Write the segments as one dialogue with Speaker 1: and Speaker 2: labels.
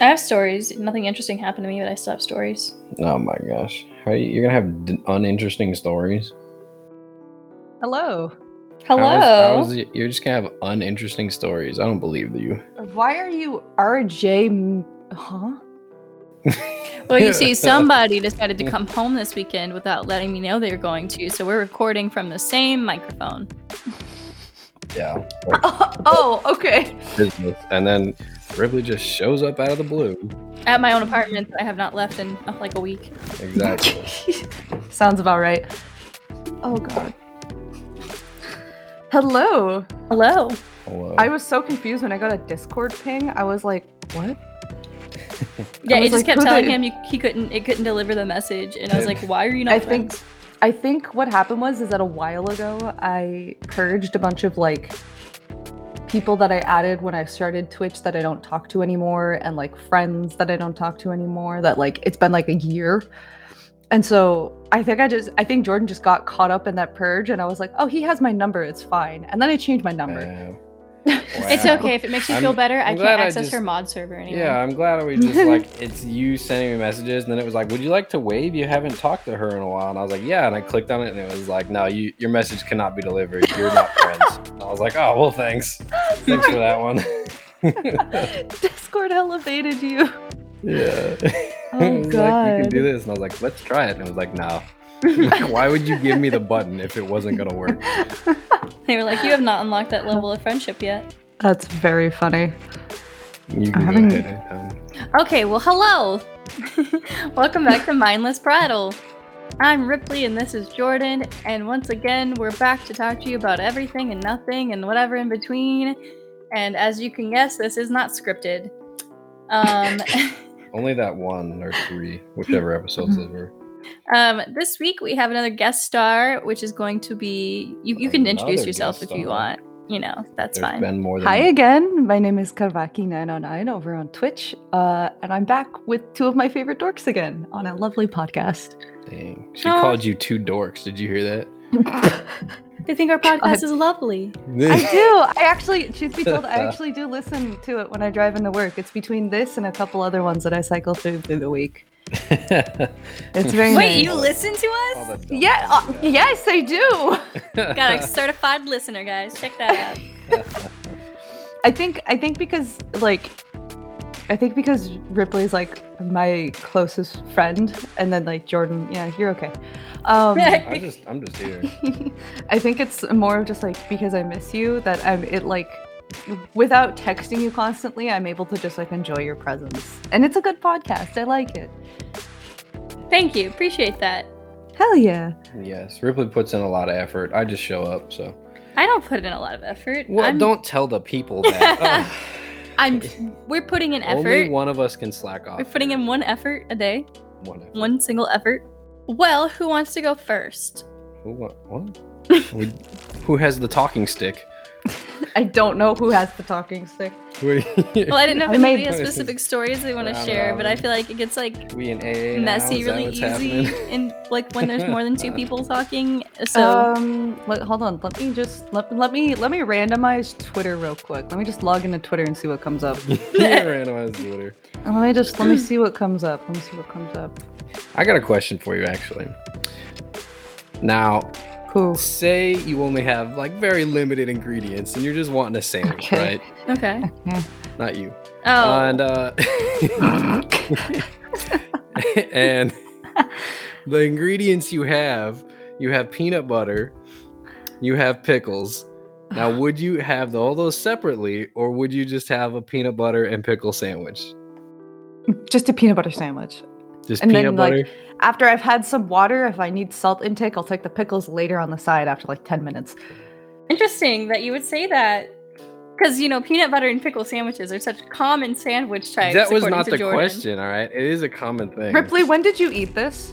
Speaker 1: have stories. Nothing interesting happened to me, but I still have stories.
Speaker 2: Oh my gosh. How you, you're gonna have d- uninteresting stories?
Speaker 3: Hello.
Speaker 1: Hello.
Speaker 2: How is- how is it- you're just gonna have uninteresting stories. I don't believe you.
Speaker 3: Why are you RJ? M- Huh?
Speaker 1: Well, you see, somebody decided to come home this weekend without letting me know they were going to, so we're recording from the same microphone.
Speaker 2: Yeah.
Speaker 3: Oh, okay.
Speaker 2: Business. And then Ripley just shows up out of the blue.
Speaker 1: At my own apartment, that I have not left in uh, like a week.
Speaker 2: Exactly.
Speaker 3: Sounds about right. Oh god. Hello.
Speaker 1: Hello.
Speaker 2: Hello.
Speaker 3: I was so confused when I got a Discord ping. I was like, what?
Speaker 1: Yeah, it
Speaker 3: I was
Speaker 1: just
Speaker 3: like,
Speaker 1: kept
Speaker 3: who
Speaker 1: telling
Speaker 3: the-
Speaker 1: him you, he couldn't. It couldn't deliver the message, and I was like, "Why are you not?"
Speaker 3: I think-
Speaker 1: friends?"
Speaker 3: I think what happened was is that a while ago I purged a bunch of like people that I added when I started Twitch that I don't talk to anymore and like friends that I don't talk to anymore that like it's been like a year. And so I think I just I think Jordan just got caught up in that purge and I was like, "Oh, he has my number, it's fine." And then I changed my number.
Speaker 2: Wow.
Speaker 1: it's
Speaker 2: Wow.
Speaker 1: okay if it makes you
Speaker 2: I'm-
Speaker 1: feel better. I can't
Speaker 2: I'm glad I
Speaker 1: access
Speaker 2: just-
Speaker 1: her mod server anymore.
Speaker 2: Yeah, I'm glad we just like it's you sending me messages, and then it was like, "Would you like to wave? You haven't talked to her in a while." And I was like, "Yeah," and I clicked on it, and it was like, "No, you, your message cannot be delivered. You're not friends." And I was like, "Oh well, thanks, thanks for that one."
Speaker 3: Discord elevated you.
Speaker 2: yeah.
Speaker 3: Oh,
Speaker 2: It was like, you
Speaker 3: God.
Speaker 2: can do this, and I was like, "Let's try it," and it was like, "No." Like, Why would you give me the button if it wasn't gonna work?
Speaker 1: They were like, "You have not unlocked that level of friendship yet."
Speaker 3: That's very funny.
Speaker 2: You can
Speaker 3: haven't-
Speaker 2: go ahead anytime.
Speaker 1: Okay, well, hello. Welcome back to Mindless Prattle. I'm Ripley and this is Jordan, and once again, we're back to talk to you about everything and nothing and whatever in between. And as you can guess, this is not scripted. Um,
Speaker 2: Only that one or three, whichever episodes
Speaker 1: Mm-hmm.
Speaker 2: those were.
Speaker 1: um, this week, we have another guest star, which is going to be. You, you can introduce
Speaker 2: Another
Speaker 1: yourself if
Speaker 2: guest
Speaker 1: you
Speaker 2: star.
Speaker 1: want. You know, that's
Speaker 2: There's
Speaker 1: fine.
Speaker 2: been more than
Speaker 3: Hi again. My name is Karvaki909 over on Twitch, uh, and I'm back with two of my favorite dorks again on a lovely podcast.
Speaker 2: Dang. She
Speaker 1: Aw.
Speaker 2: called you two dorks. Did you hear that?
Speaker 1: They think our podcast is lovely.
Speaker 3: I do. I actually, truth be told, I actually do listen to it when I drive into work. It's between this and a couple other ones that I cycle through through the week. It's very
Speaker 1: Wait,
Speaker 3: nice.
Speaker 1: you listen to
Speaker 2: All
Speaker 1: us?
Speaker 2: the dumb
Speaker 3: Yeah. Uh,
Speaker 2: ones,
Speaker 3: yes, I do.
Speaker 2: yeah.
Speaker 1: Got a certified listener, guys. Check that out.
Speaker 3: I think I think because like I think because Ripley's like my closest friend, and then like Jordan. Yeah, you're okay. Um,
Speaker 2: I just, I'm just here.
Speaker 3: I think it's more of just like because I miss you that I'm it like without texting you constantly, I'm able to just like enjoy your presence. And it's a good podcast. I like it.
Speaker 1: Thank you. Appreciate that.
Speaker 3: Hell yeah.
Speaker 2: Yes, Ripley puts in a lot of effort. I just show up. So,
Speaker 1: I don't put in a lot of effort.
Speaker 2: well,
Speaker 1: I'm,
Speaker 2: don't tell the people that.
Speaker 1: I'm. We're putting in
Speaker 2: Oh, only
Speaker 1: effort.
Speaker 2: one of us can slack off.
Speaker 1: We're putting in one effort a day,
Speaker 2: one. effort.
Speaker 1: one single effort. Well, who wants to go first?
Speaker 2: Who? What? what? we, who has the talking stick?
Speaker 3: I don't know who has the talking stick.
Speaker 2: We,
Speaker 1: Well, I didn't know if
Speaker 3: I made
Speaker 1: anybody has
Speaker 2: choices.
Speaker 1: specific stories they want to
Speaker 2: Round
Speaker 1: share, but I
Speaker 2: robin.
Speaker 1: feel like it gets like
Speaker 2: we in AA. now,
Speaker 1: messy
Speaker 2: is that
Speaker 1: really
Speaker 2: what's
Speaker 1: easy,
Speaker 2: happening?
Speaker 1: and like when there's more than two people talking. So
Speaker 3: Um let, hold on, let me just let, let me let me randomize Twitter real quick. Let me just log into Twitter and see what comes up.
Speaker 2: You randomized Twitter.
Speaker 3: And let me just let me see what comes up. Let me see what comes up.
Speaker 2: I got a question for you, actually. Now,
Speaker 3: Cool.
Speaker 2: say you only have like very limited ingredients and you're just wanting a sandwich,
Speaker 3: Okay.
Speaker 2: right?
Speaker 1: okay.
Speaker 2: Not you.
Speaker 1: Oh,
Speaker 2: And uh and the ingredients you have, you have peanut butter, you have pickles. Now, would you have all those separately or would you just have a peanut butter and pickle sandwich?
Speaker 3: Just a peanut butter sandwich.
Speaker 2: Just
Speaker 3: And then,
Speaker 2: peanut
Speaker 3: like,
Speaker 2: butter?
Speaker 3: After I've had some water, if I need salt intake, I'll take the pickles later on the side after like 10 minutes.
Speaker 1: interesting that you would say that. Because you know, peanut butter and pickle sandwiches are such common sandwich types.
Speaker 2: that was
Speaker 1: according
Speaker 2: not
Speaker 1: to
Speaker 2: the
Speaker 1: Jordan.
Speaker 2: question, all right? It is a common thing.
Speaker 3: Ripley, when did you eat this?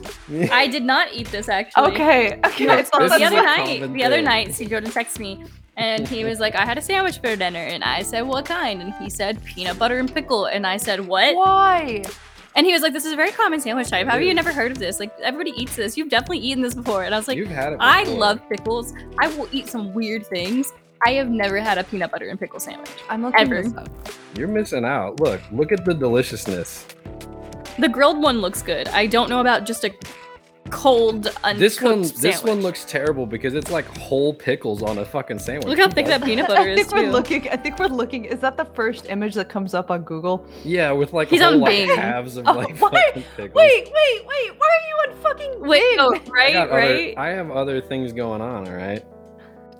Speaker 1: I did not eat this actually.
Speaker 3: Okay, okay.
Speaker 2: No,
Speaker 3: I thought
Speaker 2: this
Speaker 3: that
Speaker 1: the
Speaker 2: is
Speaker 1: other
Speaker 2: a
Speaker 1: night, the
Speaker 2: common
Speaker 1: other
Speaker 2: thing.
Speaker 1: night, see Jordan texted me, and he was like, "I had a sandwich for dinner," and I said, "What kind?" And he said, "Peanut butter and pickle," and I said, "What?"
Speaker 3: Why?
Speaker 1: And he was like, "This is a very common sandwich type.
Speaker 2: It
Speaker 1: How have you
Speaker 2: is.
Speaker 1: never heard of this? Like everybody eats this. You've definitely eaten this before." And I was like,
Speaker 2: You've had it
Speaker 1: "I
Speaker 2: before.
Speaker 1: love pickles. I will eat some weird things, I have never had a peanut butter and pickle sandwich.
Speaker 3: I'm looking
Speaker 1: Ever.
Speaker 3: this up.
Speaker 2: You're missing out. Look, look at the deliciousness.
Speaker 1: The grilled one looks good. I don't know about just a cold uncooked
Speaker 2: This one,
Speaker 1: sandwich.
Speaker 2: this one looks terrible because it's like whole pickles on a fucking sandwich.
Speaker 1: Look how thick that peanut butter
Speaker 3: I
Speaker 1: is
Speaker 3: think we're
Speaker 1: too.
Speaker 3: looking. I think we're looking. Is that the first image that comes up on Google?
Speaker 2: Yeah, with like
Speaker 1: He's
Speaker 2: whole,
Speaker 1: on
Speaker 2: like,
Speaker 1: Bing.
Speaker 2: halves of
Speaker 3: Oh,
Speaker 2: like
Speaker 3: what?
Speaker 2: fucking pickles.
Speaker 3: Wait, wait, wait! Why are you on fucking
Speaker 1: Wait,
Speaker 3: Bing?
Speaker 1: oh,
Speaker 2: I,
Speaker 1: right,
Speaker 2: got other-
Speaker 1: right.
Speaker 2: I have other things going on. All right.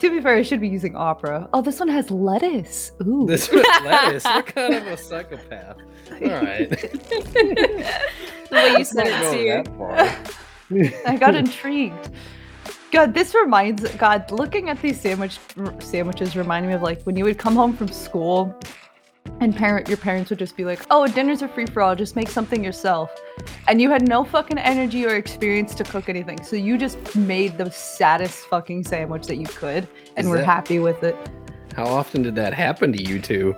Speaker 3: To be fair, I should be using Opera. Oh, this one has lettuce. Ooh.
Speaker 2: This with lettuce. What kind of a psychopath? All right.
Speaker 1: the way you said
Speaker 2: Not
Speaker 1: it
Speaker 2: going
Speaker 1: too.
Speaker 2: that far.
Speaker 3: I got intrigued. God, this reminds God. Looking at these sandwich r- sandwiches reminded me of like when you would come home from school, and parent your parents would just be like, "Oh, dinners are free for all. Just make something yourself," and you had no fucking energy or experience to cook anything, so you just made the saddest fucking sandwich that you could, and
Speaker 2: Is
Speaker 3: were
Speaker 2: that-
Speaker 3: happy with it.
Speaker 2: How often did that happen to you two?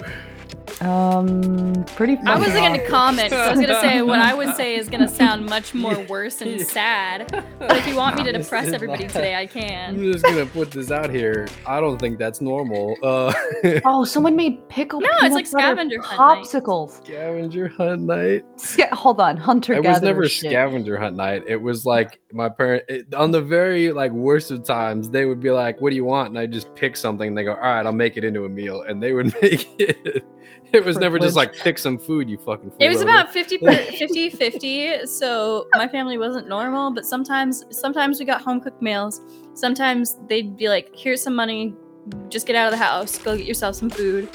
Speaker 3: Um, pretty. Funny.
Speaker 1: I wasn't gonna
Speaker 2: Awful.
Speaker 1: comment. 'cause I was gonna say what I would say is gonna sound much more worse and sad. But if you want me to
Speaker 2: This
Speaker 1: depress
Speaker 2: is
Speaker 1: everybody
Speaker 2: not-
Speaker 1: today, I
Speaker 2: I'm
Speaker 1: can.
Speaker 2: just gonna put this out here. I don't think that's normal. Uh,
Speaker 3: Oh, someone made pickle.
Speaker 1: No, it's
Speaker 3: peanut
Speaker 1: like
Speaker 3: butter
Speaker 1: scavenger hunt night.
Speaker 3: popsicles.
Speaker 2: scavenger hunt night.
Speaker 3: Sca- hold on, hunter.
Speaker 2: It was never
Speaker 3: shit.
Speaker 2: scavenger hunt night. It was like my parent it, on the very like worst of times. They would be like, "What do you want?" And I just pick something. And they go, "All right, I'll make it into a meal," and they would make it. It was never just like
Speaker 3: Privilege.
Speaker 2: pick some food. You fucking.
Speaker 1: It was
Speaker 2: fool."
Speaker 1: about 50 per, 50 50 so my family wasn't normal but sometimes sometimes we got home cooked meals sometimes they'd be like here's some money just get out of the house go get yourself some food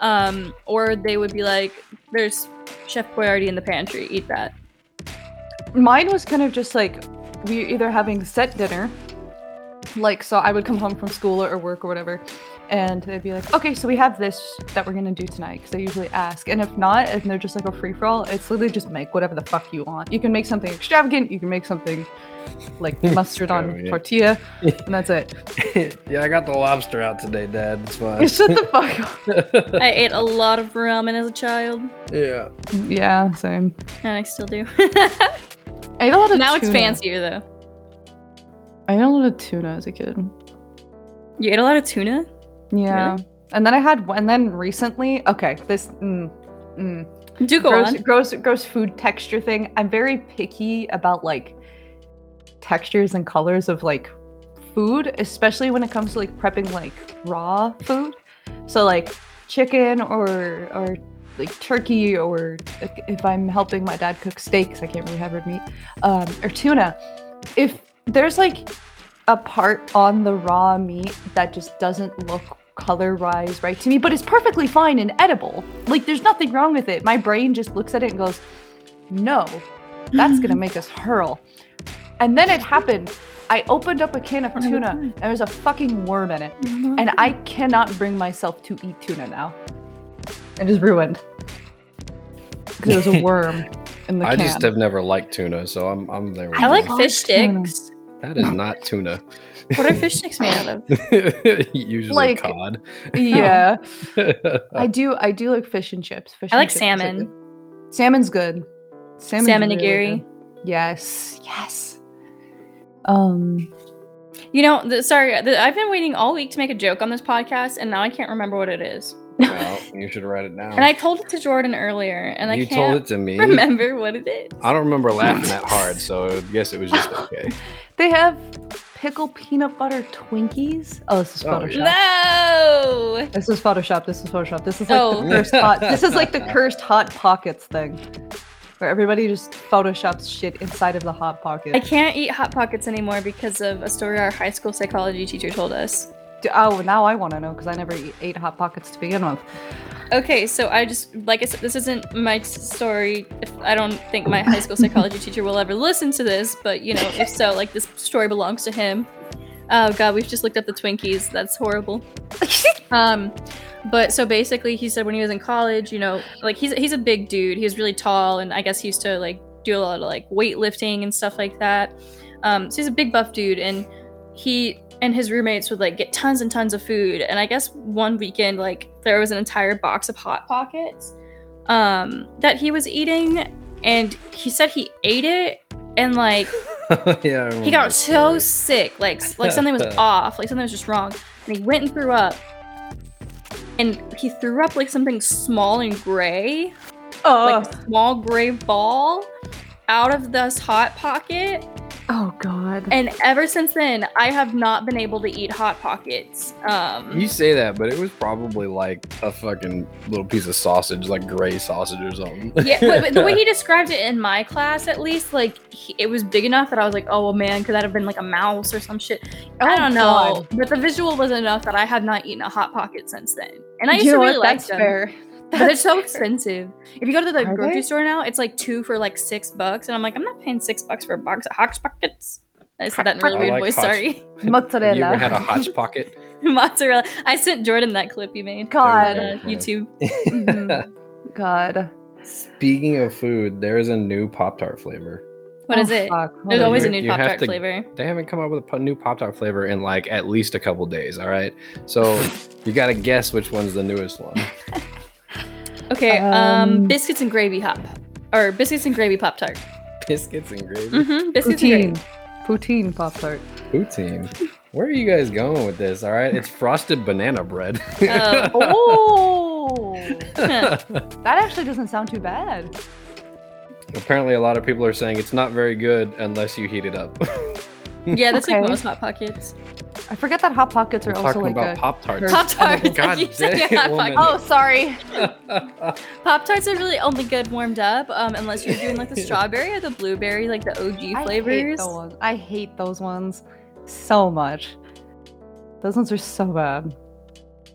Speaker 1: um, or they would be like there's chef boyardee in the pantry eat that
Speaker 3: mine was kind of just like we were either having set dinner like so i would come home from school or work or whatever and they'd be like okay so we have this that we're gonna do tonight because they usually ask and if not and they're just like a free-for-all it's literally just make whatever the fuck you want you can make something extravagant you can make something like mustard
Speaker 2: Oh,
Speaker 3: on
Speaker 2: yeah.
Speaker 3: tortilla and that's it
Speaker 2: yeah, I got the lobster out today, Dad. It's fine.
Speaker 3: shut the fuck up
Speaker 1: i ate a lot of ramen as a child
Speaker 2: yeah.
Speaker 3: yeah same
Speaker 1: and i still do
Speaker 3: i ate a lot of
Speaker 1: now it's
Speaker 3: tuna.
Speaker 1: fancier though
Speaker 3: i ate a lot of tuna as a kid
Speaker 1: you ate a lot of tuna
Speaker 3: yeah
Speaker 1: Really?
Speaker 3: and then i had and then recently okay this mm, mm,
Speaker 1: do go
Speaker 3: gross,
Speaker 1: on
Speaker 3: gross, gross food texture thing. I'm very picky about like textures and colors of like food, especially when it comes to like prepping like raw food. So like chicken or or like turkey or like, if I'm helping my dad cook steaks, I can't really have red meat um, or tuna. If there's like a part on the raw meat that just doesn't look color wise right to me, but it's perfectly fine and edible. Like there's nothing wrong with it. My brain just looks at it and goes, no, that's gonna make us hurl. And then it happened. I opened up a can of
Speaker 1: my
Speaker 3: tuna
Speaker 1: God.
Speaker 3: and there's a fucking worm in it. And I cannot bring myself to eat tuna now. It is ruined. Because there's a worm in the
Speaker 2: I
Speaker 3: can.
Speaker 2: just have never liked tuna, so I'm I'm there. With
Speaker 1: i like
Speaker 2: you.
Speaker 3: love
Speaker 1: fish
Speaker 3: tuna.
Speaker 1: sticks
Speaker 2: that is not tuna.
Speaker 1: what are fish sticks made out of
Speaker 2: Usually
Speaker 3: Like-
Speaker 2: cod.
Speaker 3: yeah. I do I do like fish and chips. Fish
Speaker 1: I
Speaker 3: and
Speaker 1: like
Speaker 3: chips are
Speaker 1: salmon.
Speaker 3: good. Salmon's good. Salmon's
Speaker 1: Salmon
Speaker 3: really
Speaker 1: nigiri.
Speaker 3: good. Yes. Yes. Um
Speaker 1: You know, th sorry, th I've been waiting all week to make a joke on this podcast, and now I can't remember what it is.
Speaker 2: well, you should write it down.
Speaker 1: And I told it to Jordan earlier, and
Speaker 2: you
Speaker 1: I
Speaker 2: told
Speaker 1: can't
Speaker 2: it to me.
Speaker 1: remember what it is.
Speaker 2: I don't remember laughing that hard, so I guess it was just okay.
Speaker 3: they have pickle peanut butter Twinkies. Oh, this is
Speaker 2: Oh,
Speaker 3: Photoshop.
Speaker 1: No,
Speaker 3: This is Photoshop. This is Photoshop. This is like
Speaker 1: Oh.
Speaker 3: the cursed hot. This is like the cursed hot pockets thing, where everybody just photoshops shit inside of the hot pocket.
Speaker 1: I can't eat hot pockets anymore because of a story our high school psychology teacher told us.
Speaker 3: D- Oh, now I want to know because I never eat, ate hot pockets to begin with.
Speaker 1: Okay, so I just like I said, this isn't my s- story. If I don't think my high school psychology teacher will ever listen to this, but you know, if so, like this story belongs to him. Oh god, we've just looked up the Twinkies. That's horrible. um, but so basically, he said when he was in college, you know, like he's he's a big dude. He was really tall, and I guess he used to like do a lot of like weightlifting and stuff like that. Um, so he's a big buff dude, and he and his roommates would like get tons and tons of food and i guess one weekend like there was an entire box of hot pockets um that he was eating and he said he ate it and like
Speaker 2: yeah. I
Speaker 1: he
Speaker 2: remember
Speaker 1: got
Speaker 2: this
Speaker 1: so
Speaker 2: story.
Speaker 1: sick like s- like something was off like something was just wrong and he went and threw up and he threw up like something small and gray,
Speaker 3: Oh,
Speaker 1: like a small gray ball out of this hot pocket.
Speaker 3: oh god.
Speaker 1: And ever since then, I have not been able to eat hot pockets. Um,
Speaker 2: You say that, but it was probably like a fucking little piece of sausage, like gray sausage or something.
Speaker 1: yeah, but, but the way he described it in my class, at least, like he, it was big enough that I was like, "Oh well, man, could that have been like a mouse or some shit?" I
Speaker 3: Oh,
Speaker 1: don't know.
Speaker 3: God.
Speaker 1: But the visual was enough that I have not eaten a hot pocket since then, and I used
Speaker 3: You
Speaker 1: to
Speaker 3: know
Speaker 1: really
Speaker 3: what?
Speaker 1: like
Speaker 3: That's
Speaker 1: them.
Speaker 3: fair.
Speaker 1: But they're
Speaker 3: That's
Speaker 1: so
Speaker 3: fair.
Speaker 1: expensive. If you go to the
Speaker 3: Are
Speaker 1: grocery
Speaker 3: they?
Speaker 1: store now, it's like two for like six bucks, and I'm like, I'm not paying six bucks for a box of hot pockets. I said that in a really
Speaker 2: I
Speaker 1: weird
Speaker 2: like
Speaker 1: voice.
Speaker 2: Hot-
Speaker 1: Sorry,
Speaker 2: Have you
Speaker 3: Mozzarella.
Speaker 2: ever had a hotch pocket?
Speaker 1: mozzarella. I sent Jordan that clip you made. on,
Speaker 2: God.
Speaker 1: uh,
Speaker 2: Yeah.
Speaker 1: YouTube. Mm.
Speaker 3: Mhm. God.
Speaker 2: Speaking of food, there is a new Pop Tart flavor.
Speaker 1: What is
Speaker 3: Oh,
Speaker 1: it?
Speaker 3: fuck.
Speaker 1: There's
Speaker 3: Hold on.
Speaker 1: always a
Speaker 2: You-
Speaker 1: new
Speaker 2: you
Speaker 1: Pop
Speaker 2: have
Speaker 1: Tart
Speaker 2: to-
Speaker 1: flavor.
Speaker 2: They haven't come out with a p- new Pop Tart flavor in like at least a couple days. All right, so you got to guess which one's the newest one.
Speaker 1: Okay, um,
Speaker 3: Um,
Speaker 1: biscuits and gravy hop, or biscuits and gravy pop tart.
Speaker 2: Biscuits and gravy.
Speaker 1: Mm-hmm. Biscuits and
Speaker 3: Poutine. Poutine Pop Tart.
Speaker 2: Poutine. Where are you guys going with this? All right, it's frosted banana bread.
Speaker 1: Oh.
Speaker 3: Oh,
Speaker 1: gravy.
Speaker 3: that actually doesn't sound too bad.
Speaker 2: Apparently, a lot of people are saying it's not very good unless you heat it up.
Speaker 1: yeah, that's like
Speaker 3: Okay.
Speaker 1: most hot pockets.
Speaker 3: I forget that Hot Pockets are
Speaker 2: We're
Speaker 3: also
Speaker 2: talking
Speaker 3: like
Speaker 2: about
Speaker 3: a.
Speaker 2: Pop Tarts.
Speaker 3: There's-
Speaker 1: Pop tarts.
Speaker 2: God damn, woman.
Speaker 3: oh, sorry.
Speaker 1: Pop tarts are really only good warmed up, um, unless you're doing like the strawberry or the blueberry, like the OG
Speaker 3: I hate
Speaker 1: flavors.
Speaker 3: those. I hate those ones so much. Those ones are so bad.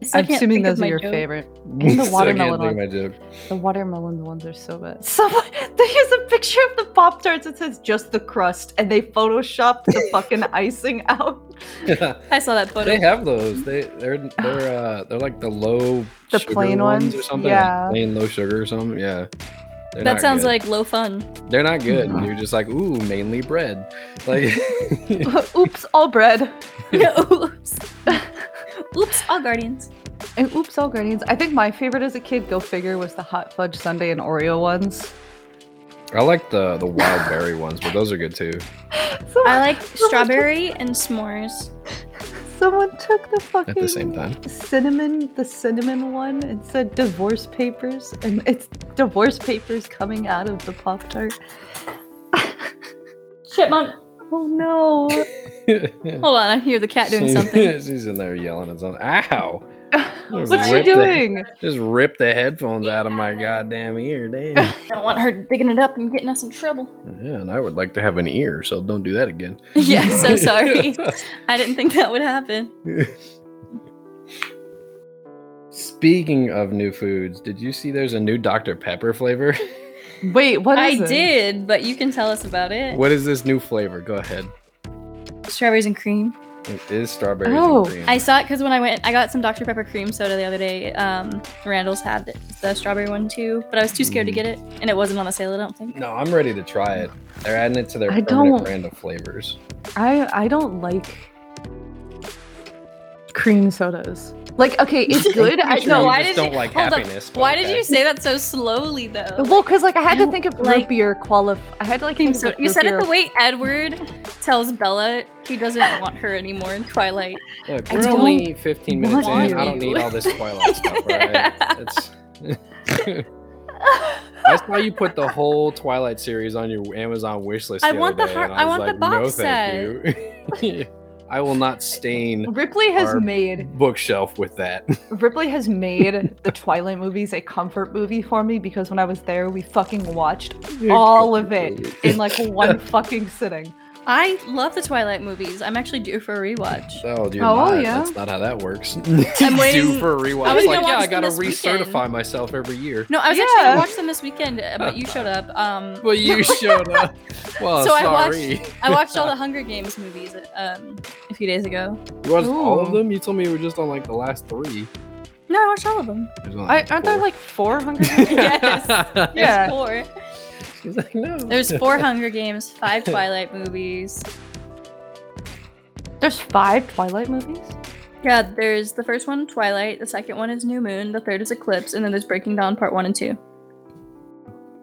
Speaker 1: So I
Speaker 3: I'm
Speaker 1: can't
Speaker 3: assuming
Speaker 1: think of
Speaker 3: those
Speaker 1: my
Speaker 3: are your
Speaker 1: joke.
Speaker 3: favorite.
Speaker 2: Still can't
Speaker 3: watermelon
Speaker 2: do
Speaker 3: on-
Speaker 2: my joke.
Speaker 3: The watermelon ones are so bad. So they use a picture of the Pop Tarts. It says just the crust, and they photoshopped the fucking icing out.
Speaker 1: I saw that photo.
Speaker 2: they have those. They they're they're uh they're like the low
Speaker 3: The
Speaker 2: sugar
Speaker 3: plain
Speaker 2: ones or
Speaker 3: ones?
Speaker 2: something. like
Speaker 3: Yeah.
Speaker 2: plain low sugar or something. Yeah. They're
Speaker 1: that
Speaker 2: not
Speaker 1: sounds
Speaker 2: good.
Speaker 1: like low fun.
Speaker 2: they're not good.
Speaker 3: Mm.
Speaker 2: You're just like ooh, mainly bread. Like
Speaker 3: oops, all bread.
Speaker 1: Oops. Oops, all guardians.
Speaker 3: And oops, all grenades. I think my favorite as a kid, go figure, was the hot fudge sundae and Oreo ones.
Speaker 2: I like the the wild berry ones, but those are good too.
Speaker 3: So
Speaker 1: I like strawberry and s'mores.
Speaker 3: Someone took the fucking
Speaker 2: At the same time,
Speaker 3: cinnamon, the cinnamon one, and said divorce papers, and it's divorce papers coming out of the pop tart.
Speaker 1: Chipmunk.
Speaker 3: Oh no!
Speaker 1: Hold on, I hear the cat doing
Speaker 2: She-
Speaker 1: something.
Speaker 2: She's in there yelling at something. Ow! Just
Speaker 3: What's she
Speaker 2: ripped the-
Speaker 3: doing?
Speaker 2: just rip the headphones out of my goddamn ear, damn.
Speaker 1: I don't want her digging it up and getting us in trouble.
Speaker 2: Yeah, and I would like to have an ear, so don't do that again.
Speaker 1: yeah, so sorry. I didn't think that would happen.
Speaker 2: Speaking of new foods, did you see there's a new Dr. Pepper flavor?
Speaker 3: Wait, what
Speaker 1: I
Speaker 3: is it?
Speaker 1: did, but you can tell us about it.
Speaker 2: what is this new flavor? Go ahead.
Speaker 1: Strawberries and cream.
Speaker 2: It is strawberries
Speaker 3: Oh,
Speaker 2: and cream.
Speaker 1: I saw it because when I went, I got some Dr. Pepper cream soda the other day. Um, Randall's had the strawberry one too, but I was too scared to
Speaker 2: Mm.
Speaker 1: get it, and it wasn't on the sale, I don't think.
Speaker 2: no, I'm ready to try it. They're adding it to their
Speaker 3: I
Speaker 2: permanent
Speaker 3: don't-
Speaker 2: brand of flavors.
Speaker 3: I I don't like cream sodas. Like, okay, it's good.
Speaker 1: No,
Speaker 3: I
Speaker 2: you
Speaker 3: know.
Speaker 1: why
Speaker 2: just
Speaker 1: did
Speaker 2: don't
Speaker 1: you-
Speaker 2: like
Speaker 1: hold up.
Speaker 2: happiness. but
Speaker 1: Why did
Speaker 2: okay.
Speaker 1: you say that so slowly though?
Speaker 3: Well, because like I had to
Speaker 1: You
Speaker 3: think of
Speaker 1: like-
Speaker 3: root beer qualif. I had to like think of,
Speaker 1: So-
Speaker 3: like,
Speaker 1: you
Speaker 3: root
Speaker 1: said it
Speaker 3: beer-
Speaker 1: the way Edward tells Bella he doesn't want her anymore in Twilight.
Speaker 2: Look,
Speaker 3: I
Speaker 2: we're
Speaker 3: don't
Speaker 2: only 15 minutes in.
Speaker 3: want
Speaker 2: I don't
Speaker 1: you.
Speaker 2: need all this Twilight stuff, right? It's, I saw you put the whole Twilight series on your Amazon wish list.
Speaker 1: I
Speaker 2: the
Speaker 1: want
Speaker 2: other
Speaker 1: the
Speaker 2: day,
Speaker 1: har-
Speaker 2: and
Speaker 1: I
Speaker 2: was
Speaker 1: want the
Speaker 2: like,
Speaker 1: box
Speaker 2: no, thank You. I will not stain
Speaker 3: Ripley has
Speaker 2: Our-
Speaker 3: made
Speaker 2: bookshelf with that.
Speaker 3: Ripley has made the Twilight movies a comfort movie for me because when I was there, we fucking watched all of it in like one fucking sitting.
Speaker 1: I love the Twilight movies. I'm actually due for a rewatch.
Speaker 2: Oh, you're
Speaker 3: Oh,
Speaker 2: not.
Speaker 3: yeah.
Speaker 2: That's not how that works.
Speaker 1: I'm waiting-
Speaker 2: Due for a rewatch.
Speaker 1: I was
Speaker 2: It's
Speaker 1: gonna
Speaker 2: like,
Speaker 1: watch
Speaker 2: yeah, I
Speaker 1: them
Speaker 2: gotta
Speaker 1: this weekend.
Speaker 2: recertify myself every year.
Speaker 1: No, I was actually
Speaker 3: Yeah.
Speaker 1: gonna watch them this weekend, uh, but you showed up. Um,
Speaker 2: Well, you showed up. Well,
Speaker 1: So I
Speaker 2: sorry.
Speaker 1: I watched all the Hunger Games movies um, a few days ago.
Speaker 2: You watched all of
Speaker 3: Ooh.
Speaker 2: them? You told me you were just on like the last three.
Speaker 1: No, I watched all of them.
Speaker 2: There's only
Speaker 3: I, aren't there
Speaker 2: four.
Speaker 3: like four Hunger Games?
Speaker 1: Yes.
Speaker 3: Yeah.
Speaker 1: There's four.
Speaker 2: She's like, no.
Speaker 1: There's four Hunger Games, five Twilight movies.
Speaker 3: There's five Twilight movies.
Speaker 1: Yeah, there's the first one, Twilight. The second one is New Moon. The third is Eclipse, and then there's Breaking Dawn Part One and Two.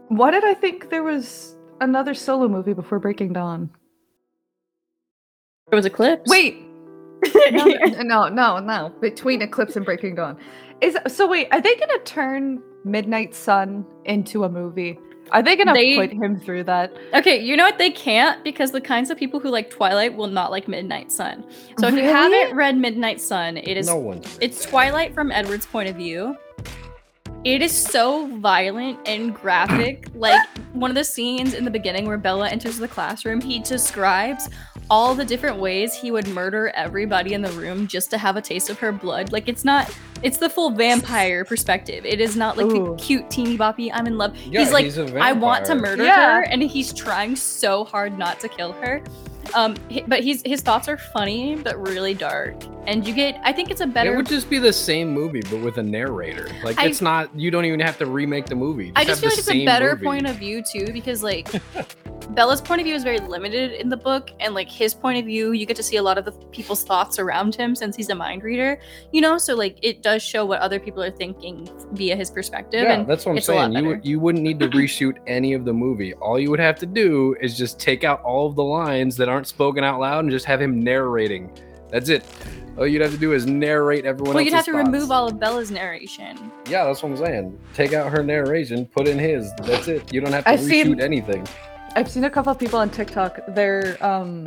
Speaker 3: Why did I think there was another solo movie before Breaking Dawn?
Speaker 1: There was Eclipse.
Speaker 3: Wait, no, no, no, no. Between Eclipse and Breaking Dawn, is so. Wait, are they gonna turn Midnight Sun into a movie? Are they gonna
Speaker 1: They-
Speaker 3: put him through that?
Speaker 1: Okay, you know what? They can't because the kinds of people who like Twilight will not like Midnight Sun. So if you
Speaker 3: Really?
Speaker 1: haven't read Midnight Sun, it is
Speaker 2: no one.
Speaker 1: it's Twilight from Edward's point of view. It is so violent and graphic. Like one of the scenes in the beginning where Bella enters the classroom, he describes all the different ways he would murder everybody in the room just to have a taste of her blood. Like it's not it's the full vampire perspective. It is not like
Speaker 3: Ooh.
Speaker 1: the cute teeny boppy I'm in love
Speaker 2: Yeah,
Speaker 1: he's like,
Speaker 2: a
Speaker 1: I want to
Speaker 2: vampire.
Speaker 1: murder
Speaker 3: Yeah.
Speaker 1: her, and he's trying so hard not to kill her. Um, hi- but he's his thoughts are funny but really dark, and you get. I think it's a
Speaker 2: It
Speaker 1: better.
Speaker 2: would just be the same movie, but with a narrator. Like
Speaker 1: I-
Speaker 2: it's not. You don't even have to remake the movie.
Speaker 1: I just feel
Speaker 2: have
Speaker 1: like it's
Speaker 2: the
Speaker 1: a
Speaker 2: same
Speaker 1: better
Speaker 2: movie.
Speaker 1: point of view too, because like Bella's point of view is very limited in the book, and like his point of view, you get to see a lot of the people's thoughts around him since he's a mind reader. You know, so like it does show what other people are thinking via his perspective,
Speaker 2: Yeah,
Speaker 1: and
Speaker 2: that's what I'm
Speaker 1: it's a lot
Speaker 2: saying. You
Speaker 1: better.
Speaker 2: would- you wouldn't need to reshoot any of the movie. All you would have to do is just take out all of the lines that aren't spoken out loud and just have him narrating. That's it. All you'd have to do is narrate everyone.
Speaker 1: well, you'd have
Speaker 2: else's
Speaker 1: to
Speaker 2: thoughts.
Speaker 1: remove all of Bella's narration.
Speaker 2: Yeah, that's what I'm saying. Take out her narration, put in his. That's it. You don't have to
Speaker 3: I've
Speaker 2: reshoot
Speaker 3: seen-
Speaker 2: anything.
Speaker 3: I've seen a couple of people on TikTok. They're um,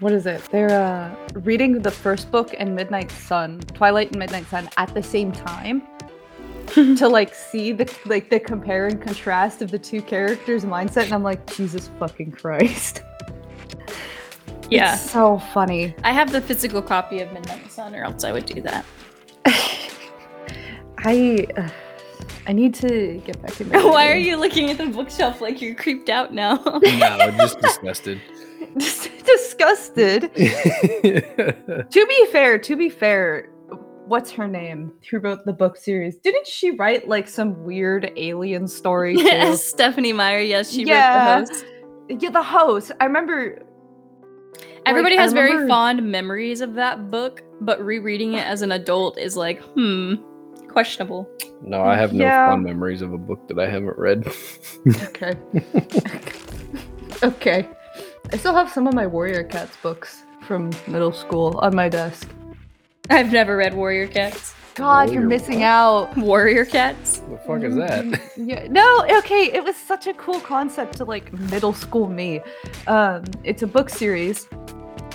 Speaker 3: what is it? They're uh, reading the first book and Midnight Sun, Twilight and Midnight Sun, at the same time to like see the like the compare and contrast of the two characters' mindset. And I'm like, Jesus fucking Christ!
Speaker 1: Yeah,
Speaker 3: It's so funny.
Speaker 1: I have the physical copy of Midnight Sun, or else I would do that.
Speaker 3: I uh, I need to get back in. the
Speaker 1: Why are
Speaker 3: reading.
Speaker 1: you looking at the bookshelf like you're creeped out now?
Speaker 2: no, just disgusted.
Speaker 3: Just disgusted? To be fair, to be fair, what's her name? Who wrote the book series? Didn't she write like some weird alien story? too?
Speaker 1: yes, Stephanie Meyer. Yes, she
Speaker 3: Yeah.
Speaker 1: wrote the host.
Speaker 3: Yeah, the host. I remember.
Speaker 1: Everybody
Speaker 3: I
Speaker 1: has very
Speaker 3: remember-
Speaker 1: fond memories of that book, but rereading it as an adult is like, hmm, questionable.
Speaker 2: no, I have no
Speaker 3: Yeah.
Speaker 2: fond memories of a book that I haven't read.
Speaker 3: Okay. okay. I still have some of my Warrior Cats books from middle school on my desk.
Speaker 1: I've never read Warrior Cats.
Speaker 3: God,
Speaker 2: Warrior
Speaker 3: you're missing
Speaker 2: Cats.
Speaker 3: out.
Speaker 1: Warrior Cats.
Speaker 2: the fuck is that?
Speaker 1: Mm-hmm.
Speaker 3: Yeah. No, okay, it was such a cool concept to like middle school me. Um, it's a book series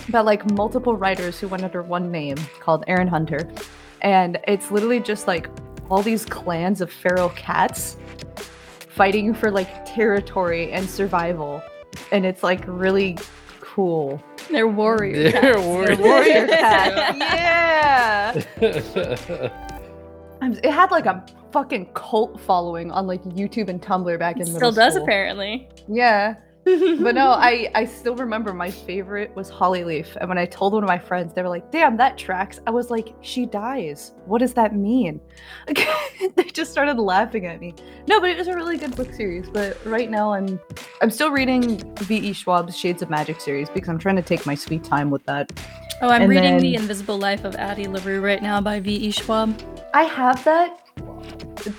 Speaker 3: about like multiple writers who went under one name called Aaron Hunter. And it's literally just like all these clans of feral cats fighting for like territory and survival. And it's like really cool.
Speaker 1: They're warrior.
Speaker 2: They're
Speaker 1: cats.
Speaker 2: warrior-
Speaker 3: Warrior cats. yeah. I'm- It had like a fucking cult following on like YouTube and Tumblr back in
Speaker 1: It
Speaker 3: middle
Speaker 1: Still does
Speaker 3: school.
Speaker 1: apparently. uh,
Speaker 3: Yeah. But no, I I still remember my favorite was Holly Leaf, and when I told one of my friends, they were like, "Damn, that tracks." I was like, "She dies. What does that mean?" they just started laughing at me. No, but it was a really good book series. But right now, I'm I'm still reading V. E. Schwab's Shades of Magic series because I'm trying to take my sweet time with that.
Speaker 1: oh, I'm
Speaker 3: and
Speaker 1: reading The
Speaker 3: then-
Speaker 1: Invisible Life of Addie LaRue right now by V. E. Schwab.
Speaker 3: I have that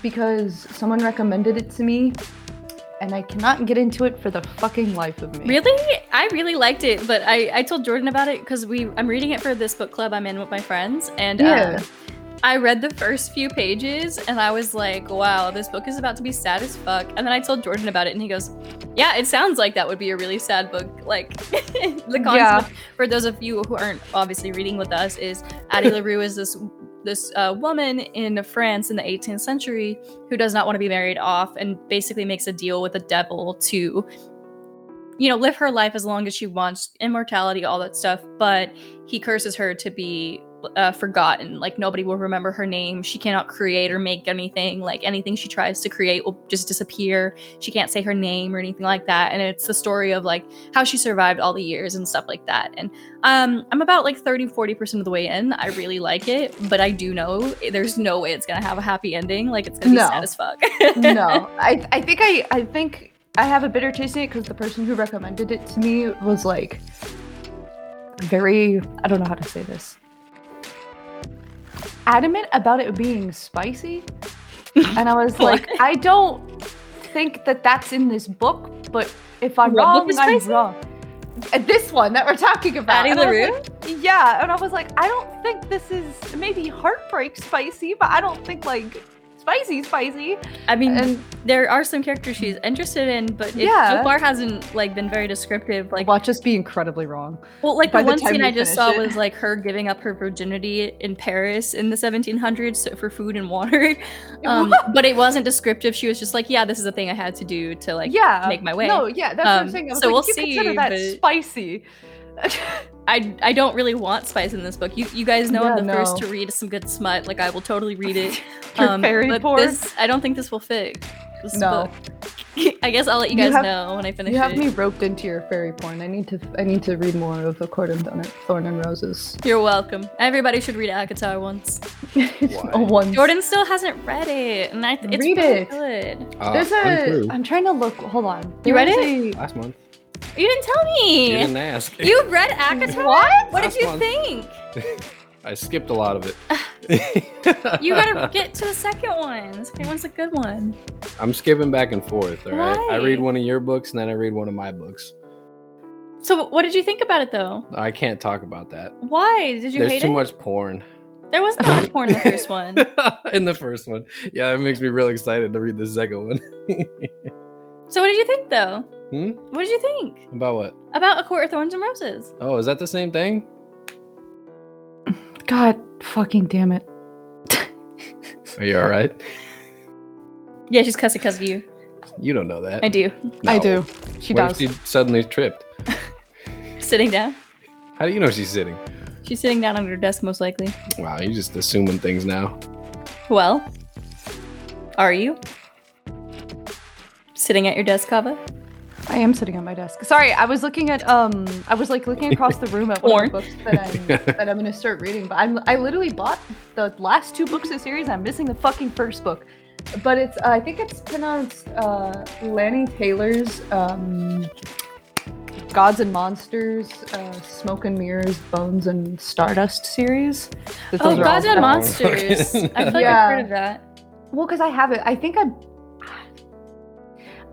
Speaker 3: because someone recommended it to me, and I cannot get into it for the fucking life of me.
Speaker 1: Really? I really liked it, but I, I told Jordan about it because we I'm reading it for this book club I'm in with my friends, and um,
Speaker 3: Yeah.
Speaker 1: I read the first few pages and I was like, wow, this book is about to be sad as fuck. And then I told Jordan about it, and he goes, yeah, it sounds like that would be a really sad book. Like the concept
Speaker 3: Yeah.
Speaker 1: for those of you who aren't obviously reading with us is Addie LaRue is this this uh, woman in France in the 18th century who does not want to be married off and basically makes a deal with the devil to you know live her life as long as she wants immortality all that stuff but he curses her to be uh, forgotten like nobody will remember her name she cannot create or make anything like anything she tries to create will just disappear she can't say her name or anything like that and it's the story of like how she survived all the years and stuff like that and um, I'm about like 30, 40% of the way in. I really like it, but I do know there's no way it's gonna have a happy ending. Like it's gonna be
Speaker 3: No.
Speaker 1: sad as fuck.
Speaker 3: no, I, I think I, I think I have a bitter taste in it because the person who recommended it to me was like very, I don't know how to say this, adamant about it being spicy, and I was like, I don't think that that's in this book, but if I'm
Speaker 1: What book
Speaker 3: wrong,
Speaker 1: is
Speaker 3: I'm
Speaker 1: spicy?
Speaker 3: wrong. uh, this one that we're talking about.
Speaker 1: Patty
Speaker 3: And I was
Speaker 1: LaRue?
Speaker 3: like- yeah, and I was like, I don't think this is maybe heartbreak spicy, but I don't think like spicy spicy.
Speaker 1: I mean,
Speaker 3: And
Speaker 1: there are some characters she's interested in, but it so
Speaker 3: Yeah.
Speaker 1: far hasn't like been very descriptive. Like,
Speaker 3: watch us be incredibly wrong.
Speaker 1: well, like
Speaker 3: by
Speaker 1: the
Speaker 3: the
Speaker 1: one
Speaker 3: time
Speaker 1: scene
Speaker 3: we
Speaker 1: I just
Speaker 3: finish
Speaker 1: saw
Speaker 3: it.
Speaker 1: was like her giving up her virginity in Paris in the 1700s so- for food and water. Um, but it wasn't descriptive. She was just like, "Yeah, this is a thing I had to do to like."
Speaker 3: yeah,
Speaker 1: make my way.
Speaker 3: No, yeah, that's what
Speaker 1: Um,
Speaker 3: I'm saying. I was
Speaker 1: so
Speaker 3: like,
Speaker 1: we'll
Speaker 3: you consider
Speaker 1: see,
Speaker 3: that
Speaker 1: but-
Speaker 3: spicy.
Speaker 1: I I don't really want spice in this book. You you guys know I'm the
Speaker 3: Yeah,
Speaker 1: first
Speaker 3: no.
Speaker 1: to read some good smut. Like I will totally read it. Um,
Speaker 3: Your fairy
Speaker 1: but
Speaker 3: porn.
Speaker 1: this I don't think this will fit. This
Speaker 3: No.
Speaker 1: book. I guess I'll let you
Speaker 3: You
Speaker 1: guys
Speaker 3: have-
Speaker 1: know when I finish
Speaker 3: You have
Speaker 1: it.
Speaker 3: me roped into your fairy porn. I need to. I need to read more of A Court of Thorn- Thorn and Roses.
Speaker 1: You're welcome. Everybody should read Akatar once.
Speaker 3: A one.
Speaker 1: Jordan still hasn't read it, and I it's
Speaker 3: Read
Speaker 1: really
Speaker 3: it.
Speaker 1: good.
Speaker 2: Uh,
Speaker 3: There's
Speaker 2: I'm
Speaker 3: a.
Speaker 2: through.
Speaker 3: I'm trying to look. Hold on.
Speaker 1: You
Speaker 3: There
Speaker 1: read
Speaker 3: is
Speaker 2: Last month.
Speaker 1: You didn't tell
Speaker 2: You
Speaker 1: me.
Speaker 2: didn't ask.
Speaker 1: You read Akatar.
Speaker 3: What?
Speaker 1: What did
Speaker 2: Last
Speaker 1: you
Speaker 2: one.
Speaker 1: think?
Speaker 2: I skipped a lot of it.
Speaker 1: You gotta get to the second one. The second one's a good one.
Speaker 2: I'm skipping back and forth. All right. I read
Speaker 1: Why?
Speaker 2: one of your books and then I read one of my books.
Speaker 1: So, what did you think about it though?
Speaker 2: I can't talk about that.
Speaker 1: Why did you
Speaker 2: There's
Speaker 1: hate
Speaker 2: too
Speaker 1: it?
Speaker 2: much porn
Speaker 1: There was not porn in the first one.
Speaker 2: in the first one. Yeah, it makes me real excited to read the second one.
Speaker 1: So what did you think though?
Speaker 2: Hmm?
Speaker 1: What did you think
Speaker 2: About what?
Speaker 1: about A Court of Thorns and Roses?
Speaker 2: Oh, is that the same thing?
Speaker 3: God fucking damn it.
Speaker 2: Are you all right?
Speaker 1: Yeah, she's cussing because of you.
Speaker 2: You don't know that.
Speaker 1: I do.
Speaker 3: I
Speaker 2: No.
Speaker 3: do. She
Speaker 2: what
Speaker 3: does.
Speaker 2: if she suddenly tripped?
Speaker 1: Sitting down.
Speaker 2: How do you know she's sitting?
Speaker 1: She's sitting down under her desk most likely.
Speaker 2: Wow, you're just assuming things now.
Speaker 1: Well, are you sitting at your desk, Kava?
Speaker 3: I am sitting at my desk. Sorry, I was looking at um I was like looking across the room at one of the books that I'm that I'm gonna start reading. But I'm I literally bought the last two books of the series. I'm missing the fucking first book. But it's uh, I think it's pronounced uh Lanny Taylor's um Gods and Monsters, uh, Smoke and Mirrors, Bones and Stardust series. That
Speaker 1: Oh,
Speaker 3: those are all
Speaker 1: Gods and
Speaker 3: about-
Speaker 1: Monsters. I feel like
Speaker 3: Yeah.
Speaker 1: I've heard of that.
Speaker 3: well, because I have it. I think I,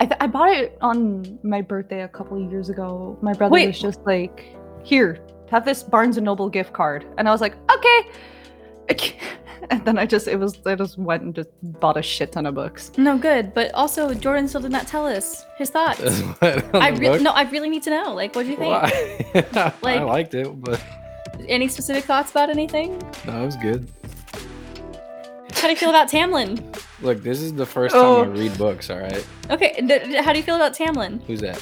Speaker 3: I, th- I bought it on my birthday a couple of years ago. My brother
Speaker 1: Wait.
Speaker 3: was just like, "Here, have this Barnes and Noble gift card," and I was like, "Okay." And then I just it was I just went and just bought a shit ton of books.
Speaker 1: No, good. But also, Jordan still did not tell us his thoughts.
Speaker 2: What, on
Speaker 1: I
Speaker 2: the
Speaker 1: re-
Speaker 2: book?
Speaker 1: no, I really need to know. Like, what do you think?
Speaker 2: Why?
Speaker 1: Like-
Speaker 2: I liked it, but
Speaker 1: Any specific thoughts about anything?
Speaker 2: no, it was good.
Speaker 1: How do you feel about Tamlin?
Speaker 2: Look, this is the first
Speaker 3: Oh.
Speaker 2: time I read books. All right,
Speaker 1: Okay, th- th- how do you feel about Tamlin?
Speaker 2: who's that?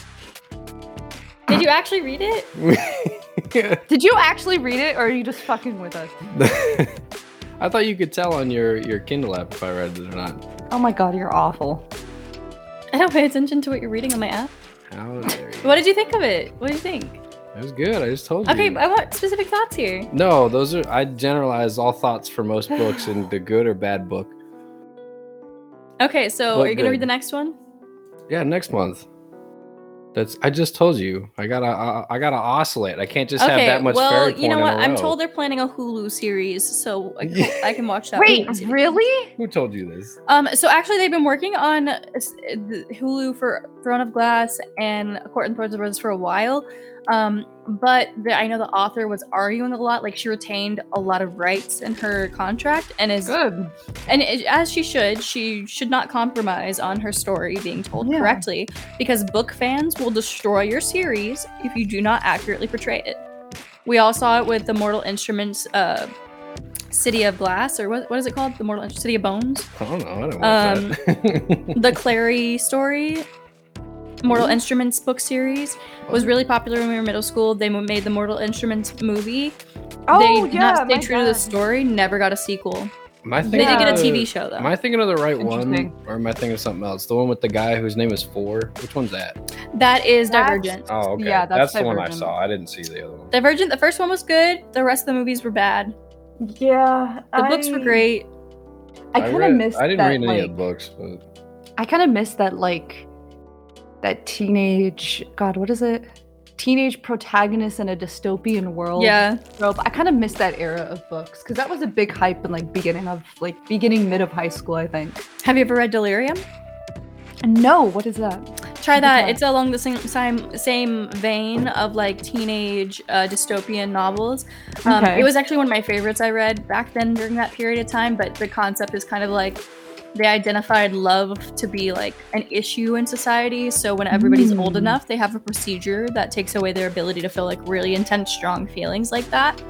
Speaker 1: Did you actually read it?
Speaker 3: Did you actually read it, or are you just fucking with us?
Speaker 2: I thought you could tell on your your Kindle app if I read it or not.
Speaker 3: Oh my god, you're awful.
Speaker 1: I don't pay attention to what you're reading on my app.
Speaker 2: How dare you?
Speaker 1: What did you think of it? What do you think?
Speaker 2: It was good. I just told
Speaker 1: Okay,
Speaker 2: you.
Speaker 1: I want specific thoughts here.
Speaker 2: no, those are I generalize all thoughts for most books in the good or bad book.
Speaker 1: Okay, so
Speaker 2: Well,
Speaker 1: are you gonna
Speaker 2: good.
Speaker 1: read the next one?
Speaker 2: Yeah, next month. That's I just told you. I gotta I, I gotta oscillate. I can't just
Speaker 1: okay,
Speaker 2: have that much.
Speaker 1: well,
Speaker 2: fairy
Speaker 1: you know
Speaker 2: porn in
Speaker 1: what?
Speaker 2: a
Speaker 1: I'm
Speaker 2: row.
Speaker 1: told they're planning a Hulu series, so I, hope I can watch that.
Speaker 3: Wait,
Speaker 1: Hulu series.
Speaker 3: really?
Speaker 2: Who told you this?
Speaker 1: Um, so actually, they've been working on uh, s- uh, the Hulu for Throne of Glass and A Court and Thorns of Roses for a while. Um, but the, I know the author was arguing a lot. Like she retained a lot of rights in her contract, and is
Speaker 3: Good.
Speaker 1: and it, as she should, she should not compromise on her story being told
Speaker 3: Yeah.
Speaker 1: correctly because book fans will destroy your series if you do not accurately portray it. We all saw it with the Mortal Instruments uh, City of Glass, or what, what is it called? The Mortal In- City of Bones?
Speaker 2: I don't know. I don't
Speaker 1: Um,
Speaker 2: want that.
Speaker 1: The Clary story,
Speaker 3: Mm-hmm.
Speaker 1: Mortal Instruments book series, was
Speaker 3: Oh.
Speaker 1: really popular when we were middle school. They mo- made the Mortal Instruments movie. they did not stay
Speaker 3: Oh, my
Speaker 1: true to the
Speaker 3: bad.
Speaker 1: story, never got a sequel.
Speaker 2: Am I
Speaker 1: They did
Speaker 2: thinking
Speaker 3: Yeah.
Speaker 1: get a
Speaker 2: of the-
Speaker 1: TV show, though.
Speaker 2: Am I thinking of the right one,
Speaker 3: Interesting.
Speaker 2: or am I thinking of something else? The one with the guy whose name is Four. Which one's that?
Speaker 1: That is
Speaker 3: That's-
Speaker 1: Divergent.
Speaker 2: Oh, okay.
Speaker 3: Yeah,
Speaker 2: that's,
Speaker 3: that's
Speaker 2: the one I
Speaker 3: Divergent.
Speaker 2: saw. I didn't see the other one.
Speaker 1: Divergent, the first one was good. The rest of the movies were bad.
Speaker 3: Yeah,
Speaker 1: The books were
Speaker 3: I-
Speaker 1: great.
Speaker 3: I kind of
Speaker 2: read-
Speaker 3: missed.
Speaker 2: I didn't
Speaker 3: that,
Speaker 2: read any of the
Speaker 3: like-
Speaker 2: books. But
Speaker 3: I kind of miss that like that teenage God, what is it? Teenage protagonist in a dystopian world
Speaker 1: Yeah.
Speaker 3: trope. I kind of miss that era of books because that was a big hype in like beginning of like beginning mid of high school, I think.
Speaker 1: Have you ever read Delirium?
Speaker 3: And no, what is that?
Speaker 1: Try that.
Speaker 3: Okay.
Speaker 1: It's along the same same, same vein of like teenage uh, dystopian novels. Um,
Speaker 3: Okay.
Speaker 1: It was actually one of my favorites I read back then during that period of time. But the concept is kind of like they identified love to be like an issue in society. So when everybody's old
Speaker 3: Mm.
Speaker 1: enough, they have a procedure that takes away their ability to feel like really intense, strong feelings like that,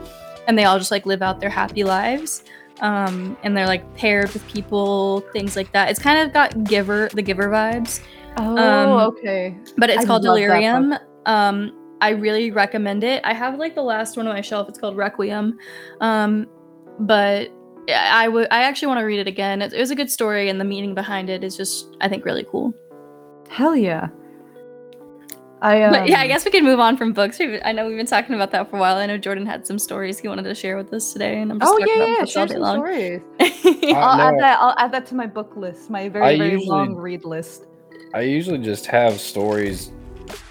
Speaker 1: and they all just like live out their happy lives. Um, and they're like paired with people, things like that. It's kind of got giver the giver vibes
Speaker 3: Oh, okay.
Speaker 1: but it's
Speaker 3: I
Speaker 1: called
Speaker 3: love that
Speaker 1: Delirium. Um, I really recommend it. I have like the last one on my shelf. It's called Requiem, um, but I I would I actually want to read it again. It, it was a good story, and the meaning behind it is just I think really cool.
Speaker 3: Hell yeah. I um,
Speaker 1: but yeah, I guess we can move on from books. We've, I know we've been talking about that for a while. I know Jordan had some stories he wanted to share with us today, and I'm just
Speaker 3: Oh
Speaker 1: talking
Speaker 3: yeah,
Speaker 1: about
Speaker 3: yeah.
Speaker 1: books all
Speaker 3: Share
Speaker 1: day
Speaker 3: some
Speaker 1: long.
Speaker 3: stories.
Speaker 2: Uh,
Speaker 3: I'll add
Speaker 2: no.
Speaker 3: that. I'll add that to my book list. My very
Speaker 2: I
Speaker 3: very
Speaker 2: usually-
Speaker 3: long read list.
Speaker 2: I usually just have stories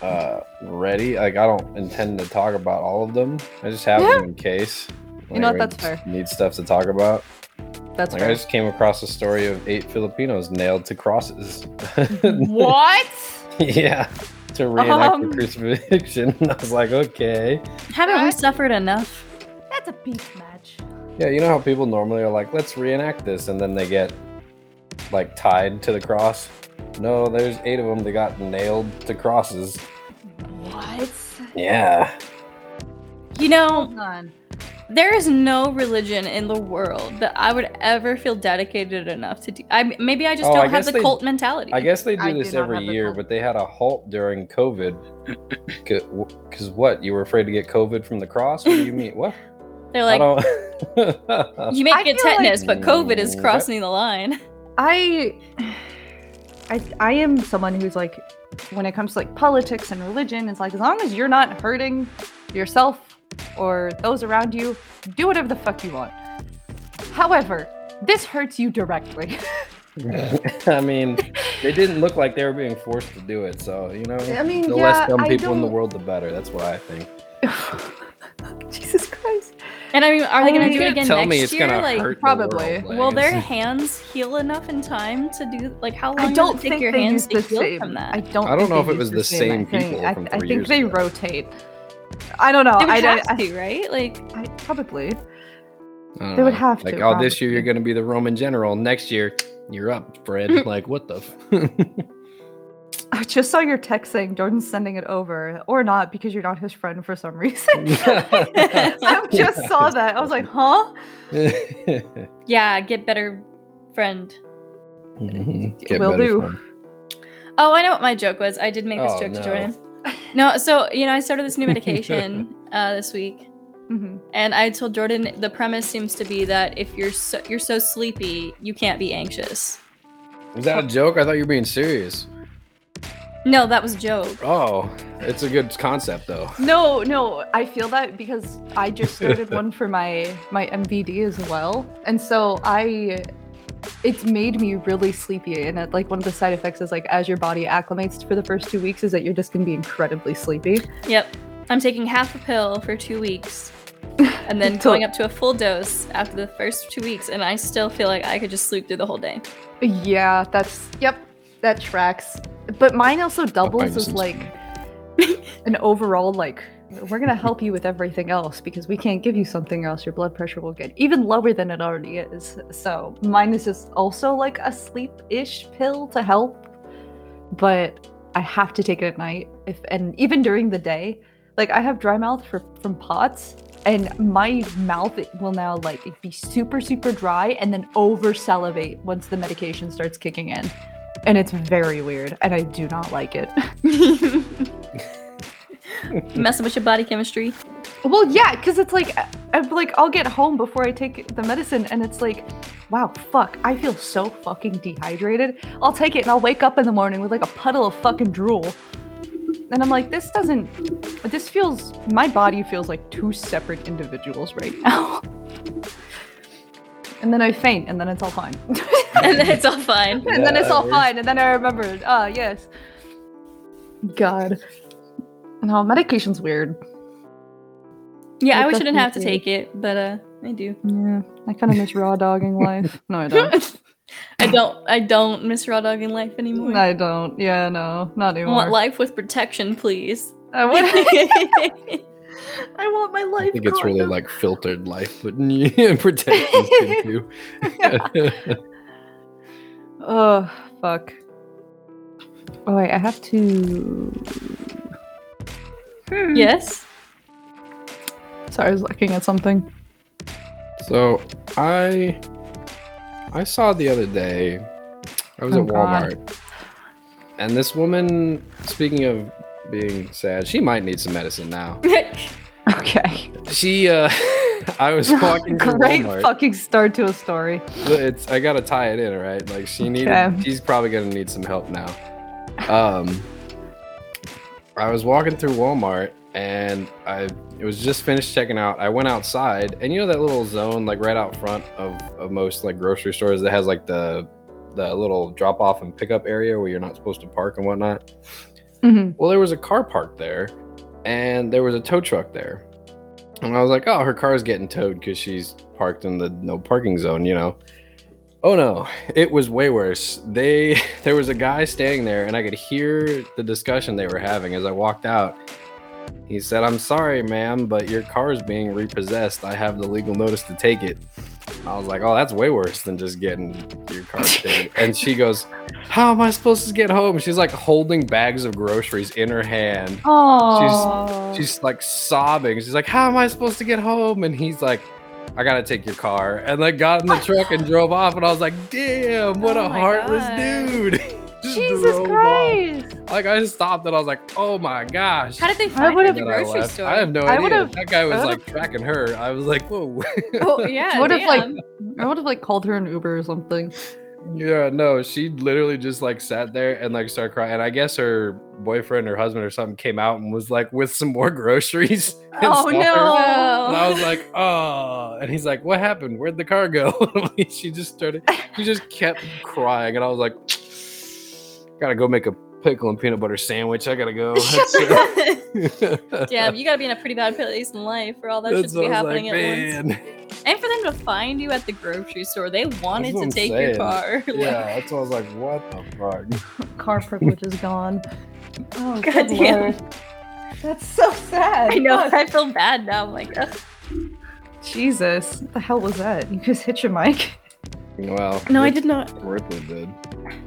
Speaker 2: uh ready. Like I don't intend to talk about all of them. I just have them in case.
Speaker 3: You know
Speaker 2: like,
Speaker 3: what,
Speaker 2: I
Speaker 3: that's
Speaker 2: just
Speaker 3: fair.
Speaker 2: Need stuff to talk about.
Speaker 3: That's
Speaker 2: Like I
Speaker 3: right.
Speaker 2: just came across a story of eight Filipinos nailed to crosses.
Speaker 3: what?
Speaker 2: yeah. To reenact the
Speaker 3: Um.
Speaker 2: crucifixion. I was like, okay.
Speaker 1: Haven't we
Speaker 3: Right.
Speaker 1: suffered enough?
Speaker 3: That's a beef match.
Speaker 2: Yeah, you know how people normally are like, let's reenact this, and then they get like tied to the cross. No, there's eight of them that got nailed to crosses.
Speaker 3: What?
Speaker 2: Yeah.
Speaker 1: You know,
Speaker 3: Hold on.
Speaker 1: There is no religion in the world that I would ever feel dedicated enough to do. I maybe I just
Speaker 2: Oh,
Speaker 1: don't
Speaker 2: I
Speaker 1: have
Speaker 2: guess
Speaker 1: the
Speaker 2: they-
Speaker 1: cult mentality.
Speaker 2: I guess they do
Speaker 3: I do
Speaker 2: this
Speaker 3: not
Speaker 2: every
Speaker 3: have a
Speaker 2: year,
Speaker 3: cult.
Speaker 2: but they had a halt during COVID. Because what? You were afraid to get COVID from the cross? What do you mean? What?
Speaker 1: They're
Speaker 2: I
Speaker 1: like,
Speaker 2: don't.
Speaker 1: you may
Speaker 3: I
Speaker 1: get
Speaker 3: feel like-
Speaker 1: tetanus, but COVID is
Speaker 2: Mm,
Speaker 1: crossing the line.
Speaker 3: I, I, I am someone who's like, when it comes to like politics and religion, it's like as long as you're not hurting yourself or those around you, do whatever the fuck you want. However, this hurts you directly.
Speaker 2: I mean, they didn't look like they were being forced to do it. So, you know,
Speaker 3: I mean,
Speaker 2: the
Speaker 3: yeah,
Speaker 2: less dumb
Speaker 3: I
Speaker 2: people in the
Speaker 3: don't-
Speaker 2: world, the better. That's what I think.
Speaker 3: Jesus Christ.
Speaker 1: And I mean, are they going
Speaker 3: I-
Speaker 1: to do it again
Speaker 2: Tell
Speaker 1: next
Speaker 2: me it's
Speaker 1: year?
Speaker 2: gonna
Speaker 1: like,
Speaker 2: hurt the
Speaker 3: probably.
Speaker 2: world,
Speaker 1: will
Speaker 2: Lance.
Speaker 1: their hands heal enough in time to do? Like, how long
Speaker 3: I
Speaker 1: does
Speaker 3: don't
Speaker 1: it take
Speaker 3: think
Speaker 1: your
Speaker 3: they
Speaker 1: hands
Speaker 3: use
Speaker 1: to
Speaker 3: the
Speaker 1: heal
Speaker 3: same.
Speaker 1: from
Speaker 3: I
Speaker 1: that?
Speaker 3: don't.
Speaker 2: I don't
Speaker 3: think
Speaker 2: know
Speaker 3: they
Speaker 2: if it
Speaker 3: use
Speaker 2: was the
Speaker 3: I
Speaker 2: same
Speaker 3: think-
Speaker 2: people
Speaker 3: I,
Speaker 2: from
Speaker 3: I
Speaker 2: three
Speaker 3: think
Speaker 2: years
Speaker 3: they
Speaker 2: ago.
Speaker 3: rotate. I don't know.
Speaker 1: they would
Speaker 3: I,
Speaker 1: have
Speaker 3: I,
Speaker 1: to, right? Like,
Speaker 3: I, I probably.
Speaker 2: I don't
Speaker 3: They would
Speaker 2: know.
Speaker 3: have
Speaker 2: like,
Speaker 3: to,
Speaker 2: oh, this year
Speaker 3: probably.
Speaker 2: you're going to be the Roman general. Next year, you're up, Fred. like, what the? F-
Speaker 3: I just saw your text saying Jordan's sending it over or not because you're not his friend for some reason. I just saw that. I was like, huh?
Speaker 1: yeah, get better, friend.
Speaker 2: Get
Speaker 3: Will
Speaker 2: ready
Speaker 3: do.
Speaker 2: for it.
Speaker 1: Oh, I know what my joke was. I did make this
Speaker 2: Oh,
Speaker 1: joke
Speaker 2: no.
Speaker 1: to Jordan. No, so you know, I started this new medication uh, this week.
Speaker 3: hmm
Speaker 1: And I told Jordan the premise seems to be that if you're so, you're so sleepy, you can't be anxious.
Speaker 2: Was that a joke? I thought you were being serious.
Speaker 1: No, that was a joke.
Speaker 2: Oh, it's a good concept though.
Speaker 3: No, no, I feel that because I just started one for my my MVD as well, and so I, it's made me really sleepy. And it, like one of the side effects is like as your body acclimates for the first two weeks is that you're just gonna be incredibly sleepy.
Speaker 1: Yep. I'm taking half a pill for 2 weeks and then
Speaker 3: So-
Speaker 1: going up to a full dose after the first 2 weeks and I still feel like I could just sleep through the whole day.
Speaker 3: Yeah, that's yep, that tracks. But mine also
Speaker 2: mine
Speaker 3: doubles as
Speaker 2: doesn't.
Speaker 3: like an overall like we're gonna help you with everything else because we can't give you something else. Your blood pressure will get even lower than it already is. So mine is just also like a sleep-ish pill to help, but I have to take it at night if and even during the day. Like I have dry mouth for, from POTS, and my mouth will now like be super super dry and then over salivate once the medication starts kicking in, and it's very weird, and I do not like it.
Speaker 1: Messing with your body chemistry.
Speaker 3: Well, yeah, because it's like I- I'm like I'll get home before I take the medicine, and it's like, wow, fuck, I feel so fucking dehydrated. I'll take it, and I'll wake up in the morning with like a puddle of fucking drool, and I'm like, this doesn't. This feels. My body feels like two separate individuals right now. And then I faint, and then it's all fine.
Speaker 1: and then it's all fine.
Speaker 3: and then it's all
Speaker 2: Yes.
Speaker 3: fine, and then I remembered. Ah, yes. God. No, medication's weird.
Speaker 1: Yeah, I
Speaker 3: It
Speaker 1: wish I didn't have to
Speaker 3: definitely
Speaker 1: take it, but uh I do.
Speaker 3: Yeah, I kind of miss raw dogging life. No, I don't.
Speaker 1: I don't. I don't miss raw dogging life anymore.
Speaker 3: I don't. Yeah, no, not
Speaker 1: I
Speaker 3: anymore.
Speaker 1: want life with protection, please.
Speaker 3: I want,
Speaker 1: I want my life.
Speaker 2: I think it's
Speaker 1: caught
Speaker 2: really
Speaker 1: up.
Speaker 2: like filtered life, but yeah, protect us, thank you.
Speaker 3: oh fuck. Oh wait, I have to. Hmm.
Speaker 1: Yes.
Speaker 3: Sorry, I was looking at something.
Speaker 2: so I I saw the other day. I was
Speaker 3: Oh,
Speaker 2: at
Speaker 3: God.
Speaker 2: Walmart, and this woman. Speaking of being sad, she might need some medicine now.
Speaker 3: Okay.
Speaker 2: She, uh, I was walking through
Speaker 3: Great
Speaker 2: Walmart.
Speaker 3: fucking start to a story.
Speaker 2: it's I gotta tie it in, all right? Like she needed
Speaker 3: Okay.
Speaker 2: she's probably gonna need some help now. Um I was walking through Walmart and I it was just finished checking out. I went outside and you know that little zone like right out front of, of most like grocery stores that has like the the little drop off and pickup area where you're not supposed to park and whatnot.
Speaker 3: hmm
Speaker 2: Well there was a car parked there and there was a tow truck there. And I was like, oh, her car's getting towed because she's parked in the no parking zone, you know. Oh no, it was way worse. They there was a guy standing there and I could hear the discussion they were having as I walked out. He said, I'm sorry, ma'am, but your car is being repossessed. I have the legal notice to take it. I was like, Oh, that's way worse than just getting your car towed. and she goes, How am I supposed to get home? She's like holding bags of groceries in her hand
Speaker 3: Oh.
Speaker 2: she's like sobbing. She's like, "How am I supposed to get home?" And he's like, "I gotta take your car." And like got in the truck and drove off. And I was like, "Damn, what
Speaker 1: Oh
Speaker 2: a
Speaker 1: my
Speaker 2: heartless
Speaker 1: God.
Speaker 2: dude!" Just
Speaker 3: Jesus
Speaker 2: drove
Speaker 3: Christ.
Speaker 2: Off. Like I stopped and I was like, "Oh my gosh."
Speaker 1: How did they
Speaker 3: I
Speaker 1: find it
Speaker 3: would've-
Speaker 1: at
Speaker 2: And
Speaker 1: the
Speaker 2: then I
Speaker 1: grocery
Speaker 2: left.
Speaker 1: store?
Speaker 2: I have no
Speaker 3: I
Speaker 2: idea.
Speaker 3: would've-
Speaker 2: That guy was like
Speaker 3: would've-
Speaker 2: tracking her. I was like, "Whoa."
Speaker 1: oh yeah.
Speaker 3: What if, like-
Speaker 1: damn.
Speaker 3: I would have like called her an Uber or something.
Speaker 2: Yeah, no, she literally just like sat there and like started crying. And I guess her boyfriend or husband or something came out and was like with some more groceries. and
Speaker 3: Oh,
Speaker 2: saw her.
Speaker 3: no.
Speaker 2: And I was like, oh. And he's like, what happened? Where'd the car go? she just started, she just kept crying. And I was like, gotta go make a pickle and peanut butter sandwich. I gotta go. That's it.
Speaker 1: Damn, you gotta be in a pretty bad place in life for all that shit
Speaker 2: That's
Speaker 1: to be
Speaker 2: what I was
Speaker 1: happening
Speaker 2: like,
Speaker 1: at once.
Speaker 2: man.
Speaker 1: And for them to find you at the grocery store, they wanted
Speaker 2: what
Speaker 1: to
Speaker 2: I'm
Speaker 1: take your
Speaker 2: saying.
Speaker 1: car. Like,
Speaker 2: Yeah, that's what I was like, what the fuck?
Speaker 3: Car privilege is gone. Oh
Speaker 1: God damn.
Speaker 3: That's so sad.
Speaker 1: I know.
Speaker 3: Fuck.
Speaker 1: I feel bad now. I'm like, ugh.
Speaker 3: Jesus, what the hell was that? You just hit your mic.
Speaker 2: Well,
Speaker 1: no, I
Speaker 2: Rip-
Speaker 1: did not.
Speaker 2: Ripley did.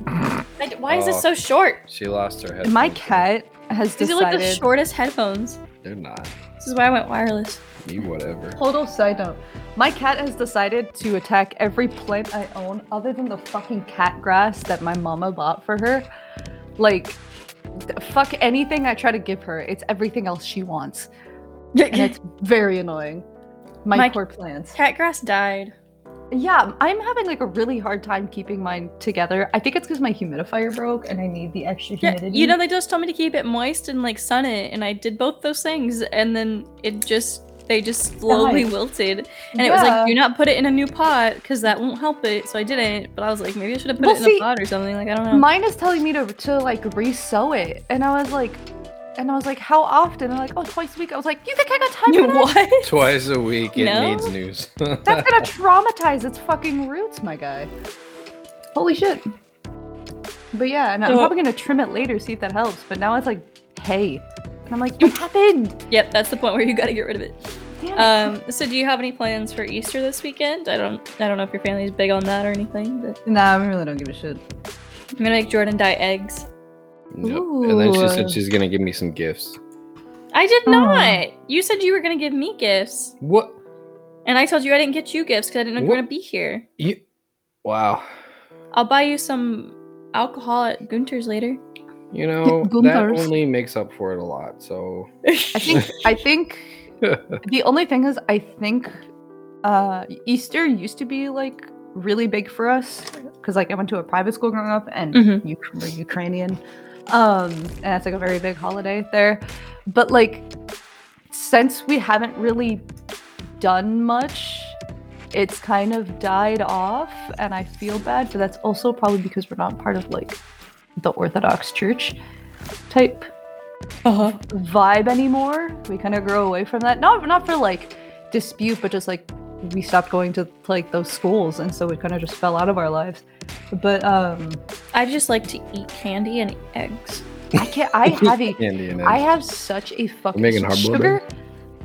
Speaker 1: I d why is this
Speaker 2: Oh.
Speaker 1: so short?
Speaker 2: She lost her head.
Speaker 3: My cat has
Speaker 1: These are like
Speaker 3: decided.
Speaker 1: the shortest headphones.
Speaker 2: They're not.
Speaker 1: This is why I went wireless.
Speaker 2: You whatever.
Speaker 3: Total side note. My cat has decided to attack every plant I own other than the fucking cat grass that my mama bought for her. Like, th- fuck anything I try to give her. It's everything else she wants. And it's very annoying. My,
Speaker 1: My-
Speaker 3: poor plants.
Speaker 1: Cat grass died.
Speaker 3: Yeah, I'm having like a really hard time keeping mine together. I think it's because my humidifier broke and I need the extra
Speaker 1: Yeah,
Speaker 3: humidity.
Speaker 1: you know they just told me to keep it moist and like sun it, and I did both those things, and then it just they just slowly
Speaker 3: Died.
Speaker 1: wilted, and it was
Speaker 3: Yeah.
Speaker 1: like do not put it in a new pot because that won't help it. So I didn't, but I was like maybe I should have put
Speaker 3: Well,
Speaker 1: it in
Speaker 3: see,
Speaker 1: a pot or something. Like I don't know.
Speaker 3: mine is telling me to to like re-sew it and i was like and i was like how often and like oh twice a week i was like you think i got time
Speaker 1: You
Speaker 3: for that?
Speaker 1: what?
Speaker 2: Twice a week, it
Speaker 1: No?
Speaker 2: needs news.
Speaker 3: that's gonna traumatize its fucking roots my guy holy shit but yeah and i'm
Speaker 1: So-
Speaker 3: probably gonna trim it later see if that helps but now it's like hey and i'm like what happened
Speaker 1: Yep, that's the point where you got to get rid of it.
Speaker 3: Damn it.
Speaker 1: Um, so do you have any plans for Easter this weekend? I don't, I don't know if your family's big on that or anything, but
Speaker 3: nah i really don't give a shit
Speaker 1: I'm gonna make Jordan dye eggs.
Speaker 2: Yep. And then she
Speaker 3: Ooh.
Speaker 2: said she's gonna give me some gifts.
Speaker 1: I did
Speaker 3: Oh.
Speaker 1: not. You said you were gonna give me gifts,
Speaker 2: What?
Speaker 1: and I told you I didn't get you gifts because I didn't know you were
Speaker 2: What?
Speaker 1: gonna be here.
Speaker 2: You? Wow.
Speaker 1: I'll buy you some alcohol at Gunter's later.
Speaker 2: You know that
Speaker 3: Gunther's.
Speaker 2: only makes up for it a lot. So
Speaker 3: I think I think the only thing is I think uh Easter used to be like really big for us because like I went to a private school growing up and
Speaker 1: Mhm.
Speaker 3: you were Ukrainian. Um and that's like a very big holiday there. But like since we haven't really done much, it's kind of died off and I feel bad, but that's also probably because we're not part of like the Orthodox Church type
Speaker 1: Uh-huh.
Speaker 3: vibe anymore. We kind of grow away from that. Not not for like dispute, but just like we stopped going to like those schools and so it kind of just fell out of our lives but um
Speaker 1: I just like to eat candy and eggs.
Speaker 3: i can't i have a
Speaker 2: Candy and
Speaker 3: i
Speaker 2: eggs.
Speaker 3: have such a fucking
Speaker 2: making hard boiled
Speaker 3: sugar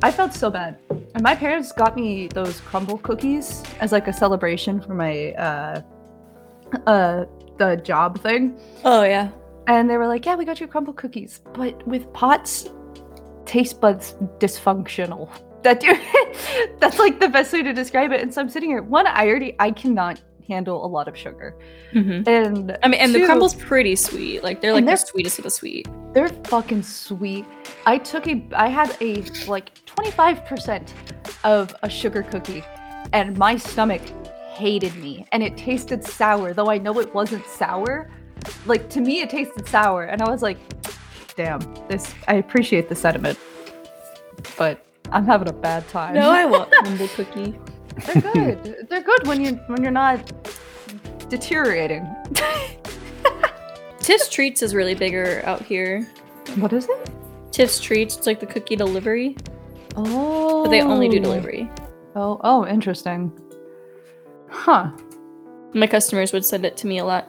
Speaker 3: i felt so bad and my parents got me those crumble cookies as like a celebration for my uh uh the job thing
Speaker 1: Oh yeah.
Speaker 3: and they were like yeah we got you crumble cookies but with pots taste buds dysfunctional that dude that's like the best way to describe it and so i'm sitting here one i already i cannot handle a lot of sugar
Speaker 1: Mm-hmm.
Speaker 3: and
Speaker 1: I mean, and
Speaker 3: Two.
Speaker 1: the crumble's pretty sweet. Like they're like
Speaker 3: And they're-
Speaker 1: the sweetest of the sweet.
Speaker 3: They're fucking sweet. I took a, I had a like 25% of a sugar cookie, and my stomach hated me, and it tasted sour. Though I know it wasn't sour, like to me it tasted sour, and I was like, "Damn, this." I appreciate the sentiment, but I'm having a bad time.
Speaker 1: want crumble cookie.
Speaker 3: they're good. they're good when you when you're not deteriorating.
Speaker 1: Tiff's Treats is really bigger out here.
Speaker 3: What is it?
Speaker 1: Tiff's Treats, it's like the cookie delivery,
Speaker 3: Oh,
Speaker 1: but they only do delivery.
Speaker 3: Oh, oh, interesting. Huh.
Speaker 1: My customers would send it to me a lot.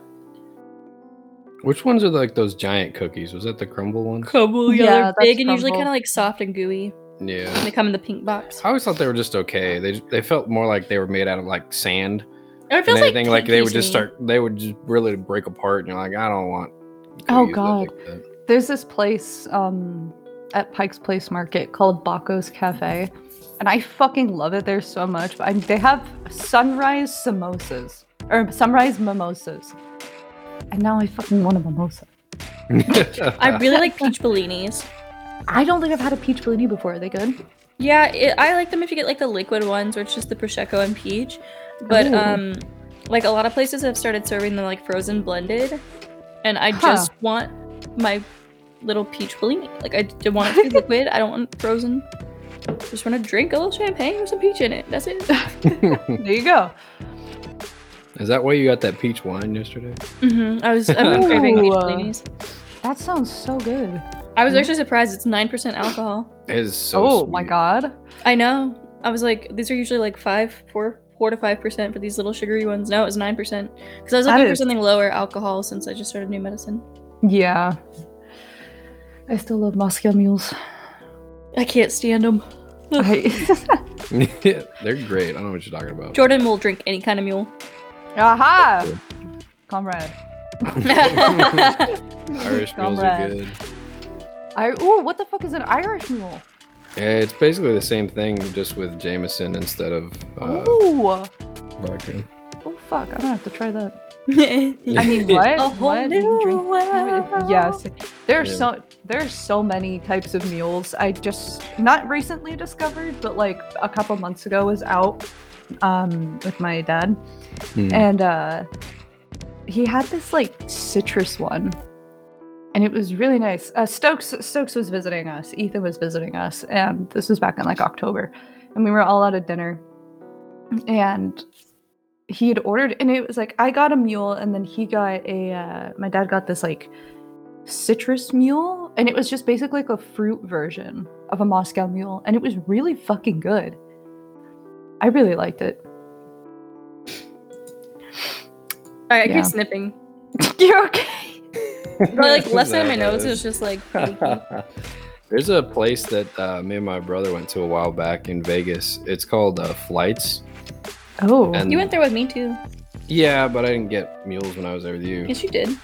Speaker 2: Which ones are like those giant cookies? Was that the crumble one?
Speaker 1: Crumble,
Speaker 3: yeah,
Speaker 1: yeah,
Speaker 3: that's
Speaker 1: they're big and usually
Speaker 3: crumble.
Speaker 1: kind of like soft and gooey.
Speaker 2: Yeah.
Speaker 1: And they come in the pink box.
Speaker 2: I always thought they were just okay. They they felt more like they were made out of like sand
Speaker 1: Or it
Speaker 2: and
Speaker 1: feels like,
Speaker 2: anything. Like, they
Speaker 1: cookies
Speaker 2: would
Speaker 1: to
Speaker 2: just
Speaker 1: me.
Speaker 2: start. They would just really break apart, and you're like, I don't want.
Speaker 3: Oh,
Speaker 2: cookies that
Speaker 3: God.
Speaker 2: look like that.
Speaker 3: There's this place um, at Pike's Place Market called Baco's Cafe, and I fucking love it there so much. But I, they have sunrise samosas or sunrise mimosas, and now I fucking want a mimosa.
Speaker 1: I
Speaker 2: uh,
Speaker 1: really like peach bellinis.
Speaker 3: I don't think I've had a peach bellini before. Are they good?
Speaker 1: Yeah, it, I like them if you get like the liquid ones, which is the prosecco and peach. But
Speaker 3: Ooh.
Speaker 1: um, like a lot of places have started serving them like frozen blended, and I
Speaker 3: Huh.
Speaker 1: just want my little peach bellini. Like I d- want it to be liquid. I don't want frozen. Just want to drink a little champagne with some peach in it. That's it.
Speaker 3: There you go.
Speaker 2: Is that why you got that peach wine yesterday?
Speaker 1: hmm I was I've been craving
Speaker 3: Ooh.
Speaker 1: peach bellinis.
Speaker 3: That sounds so good.
Speaker 1: I was
Speaker 3: Mm.
Speaker 1: actually surprised. It's nine percent alcohol.
Speaker 2: It is so.
Speaker 3: oh my
Speaker 2: sweet.
Speaker 3: god.
Speaker 1: I know. I was like, these are usually like five, four, four to five percent for these little sugary ones. No, it was nine percent because I was
Speaker 3: That
Speaker 1: looking for
Speaker 3: is-
Speaker 1: something lower alcohol since I just started new medicine.
Speaker 3: Yeah. I still love Moscow mules.
Speaker 1: I can't stand them.
Speaker 3: I-
Speaker 2: They're great. I don't know what you're talking about.
Speaker 1: Jordan will drink any kind of mule.
Speaker 3: Aha! Comrade.
Speaker 2: Irish mules are
Speaker 3: Comrade.
Speaker 2: good.
Speaker 3: I ooh, what the fuck is an Irish mule?
Speaker 2: Yeah, it's basically the same thing, just with Jameson instead of uh,
Speaker 3: ooh,
Speaker 2: vodka.
Speaker 3: oh fuck! I'm gonna have to try that.
Speaker 1: A
Speaker 3: I mean, what?
Speaker 1: whole
Speaker 3: What?
Speaker 1: new
Speaker 3: Drink-
Speaker 1: world.
Speaker 3: Yes, there's
Speaker 2: Yeah.
Speaker 3: so there's so many types of mules. I just not recently discovered, but like a couple months ago, was out um, with my dad,
Speaker 2: Hmm.
Speaker 3: and uh, he had this like citrus one, and it was really nice. Uh, Stokes Stokes was visiting us. Ethan was visiting us, and this was back in like October, and we were all out at dinner, and he had ordered, and it was like I got a mule, and then he got a. Uh, my dad got this like citrus mule, and it was just basically like a fruit version of a Moscow mule, and it was really fucking good. I really liked it.
Speaker 1: All right, I
Speaker 3: Yeah.
Speaker 1: keep sniffing.
Speaker 3: You're okay.
Speaker 1: But like less than
Speaker 2: Is
Speaker 1: my
Speaker 2: that what
Speaker 1: nose
Speaker 2: it
Speaker 1: is
Speaker 2: is?
Speaker 1: just like. freaky.
Speaker 2: There's a place that uh, me and my brother went to a while back in Vegas. It's called uh, Flights.
Speaker 3: Oh,
Speaker 2: And
Speaker 1: you went there with me too.
Speaker 2: yeah, but I didn't get mules when I was there with you.
Speaker 1: Yes, you did.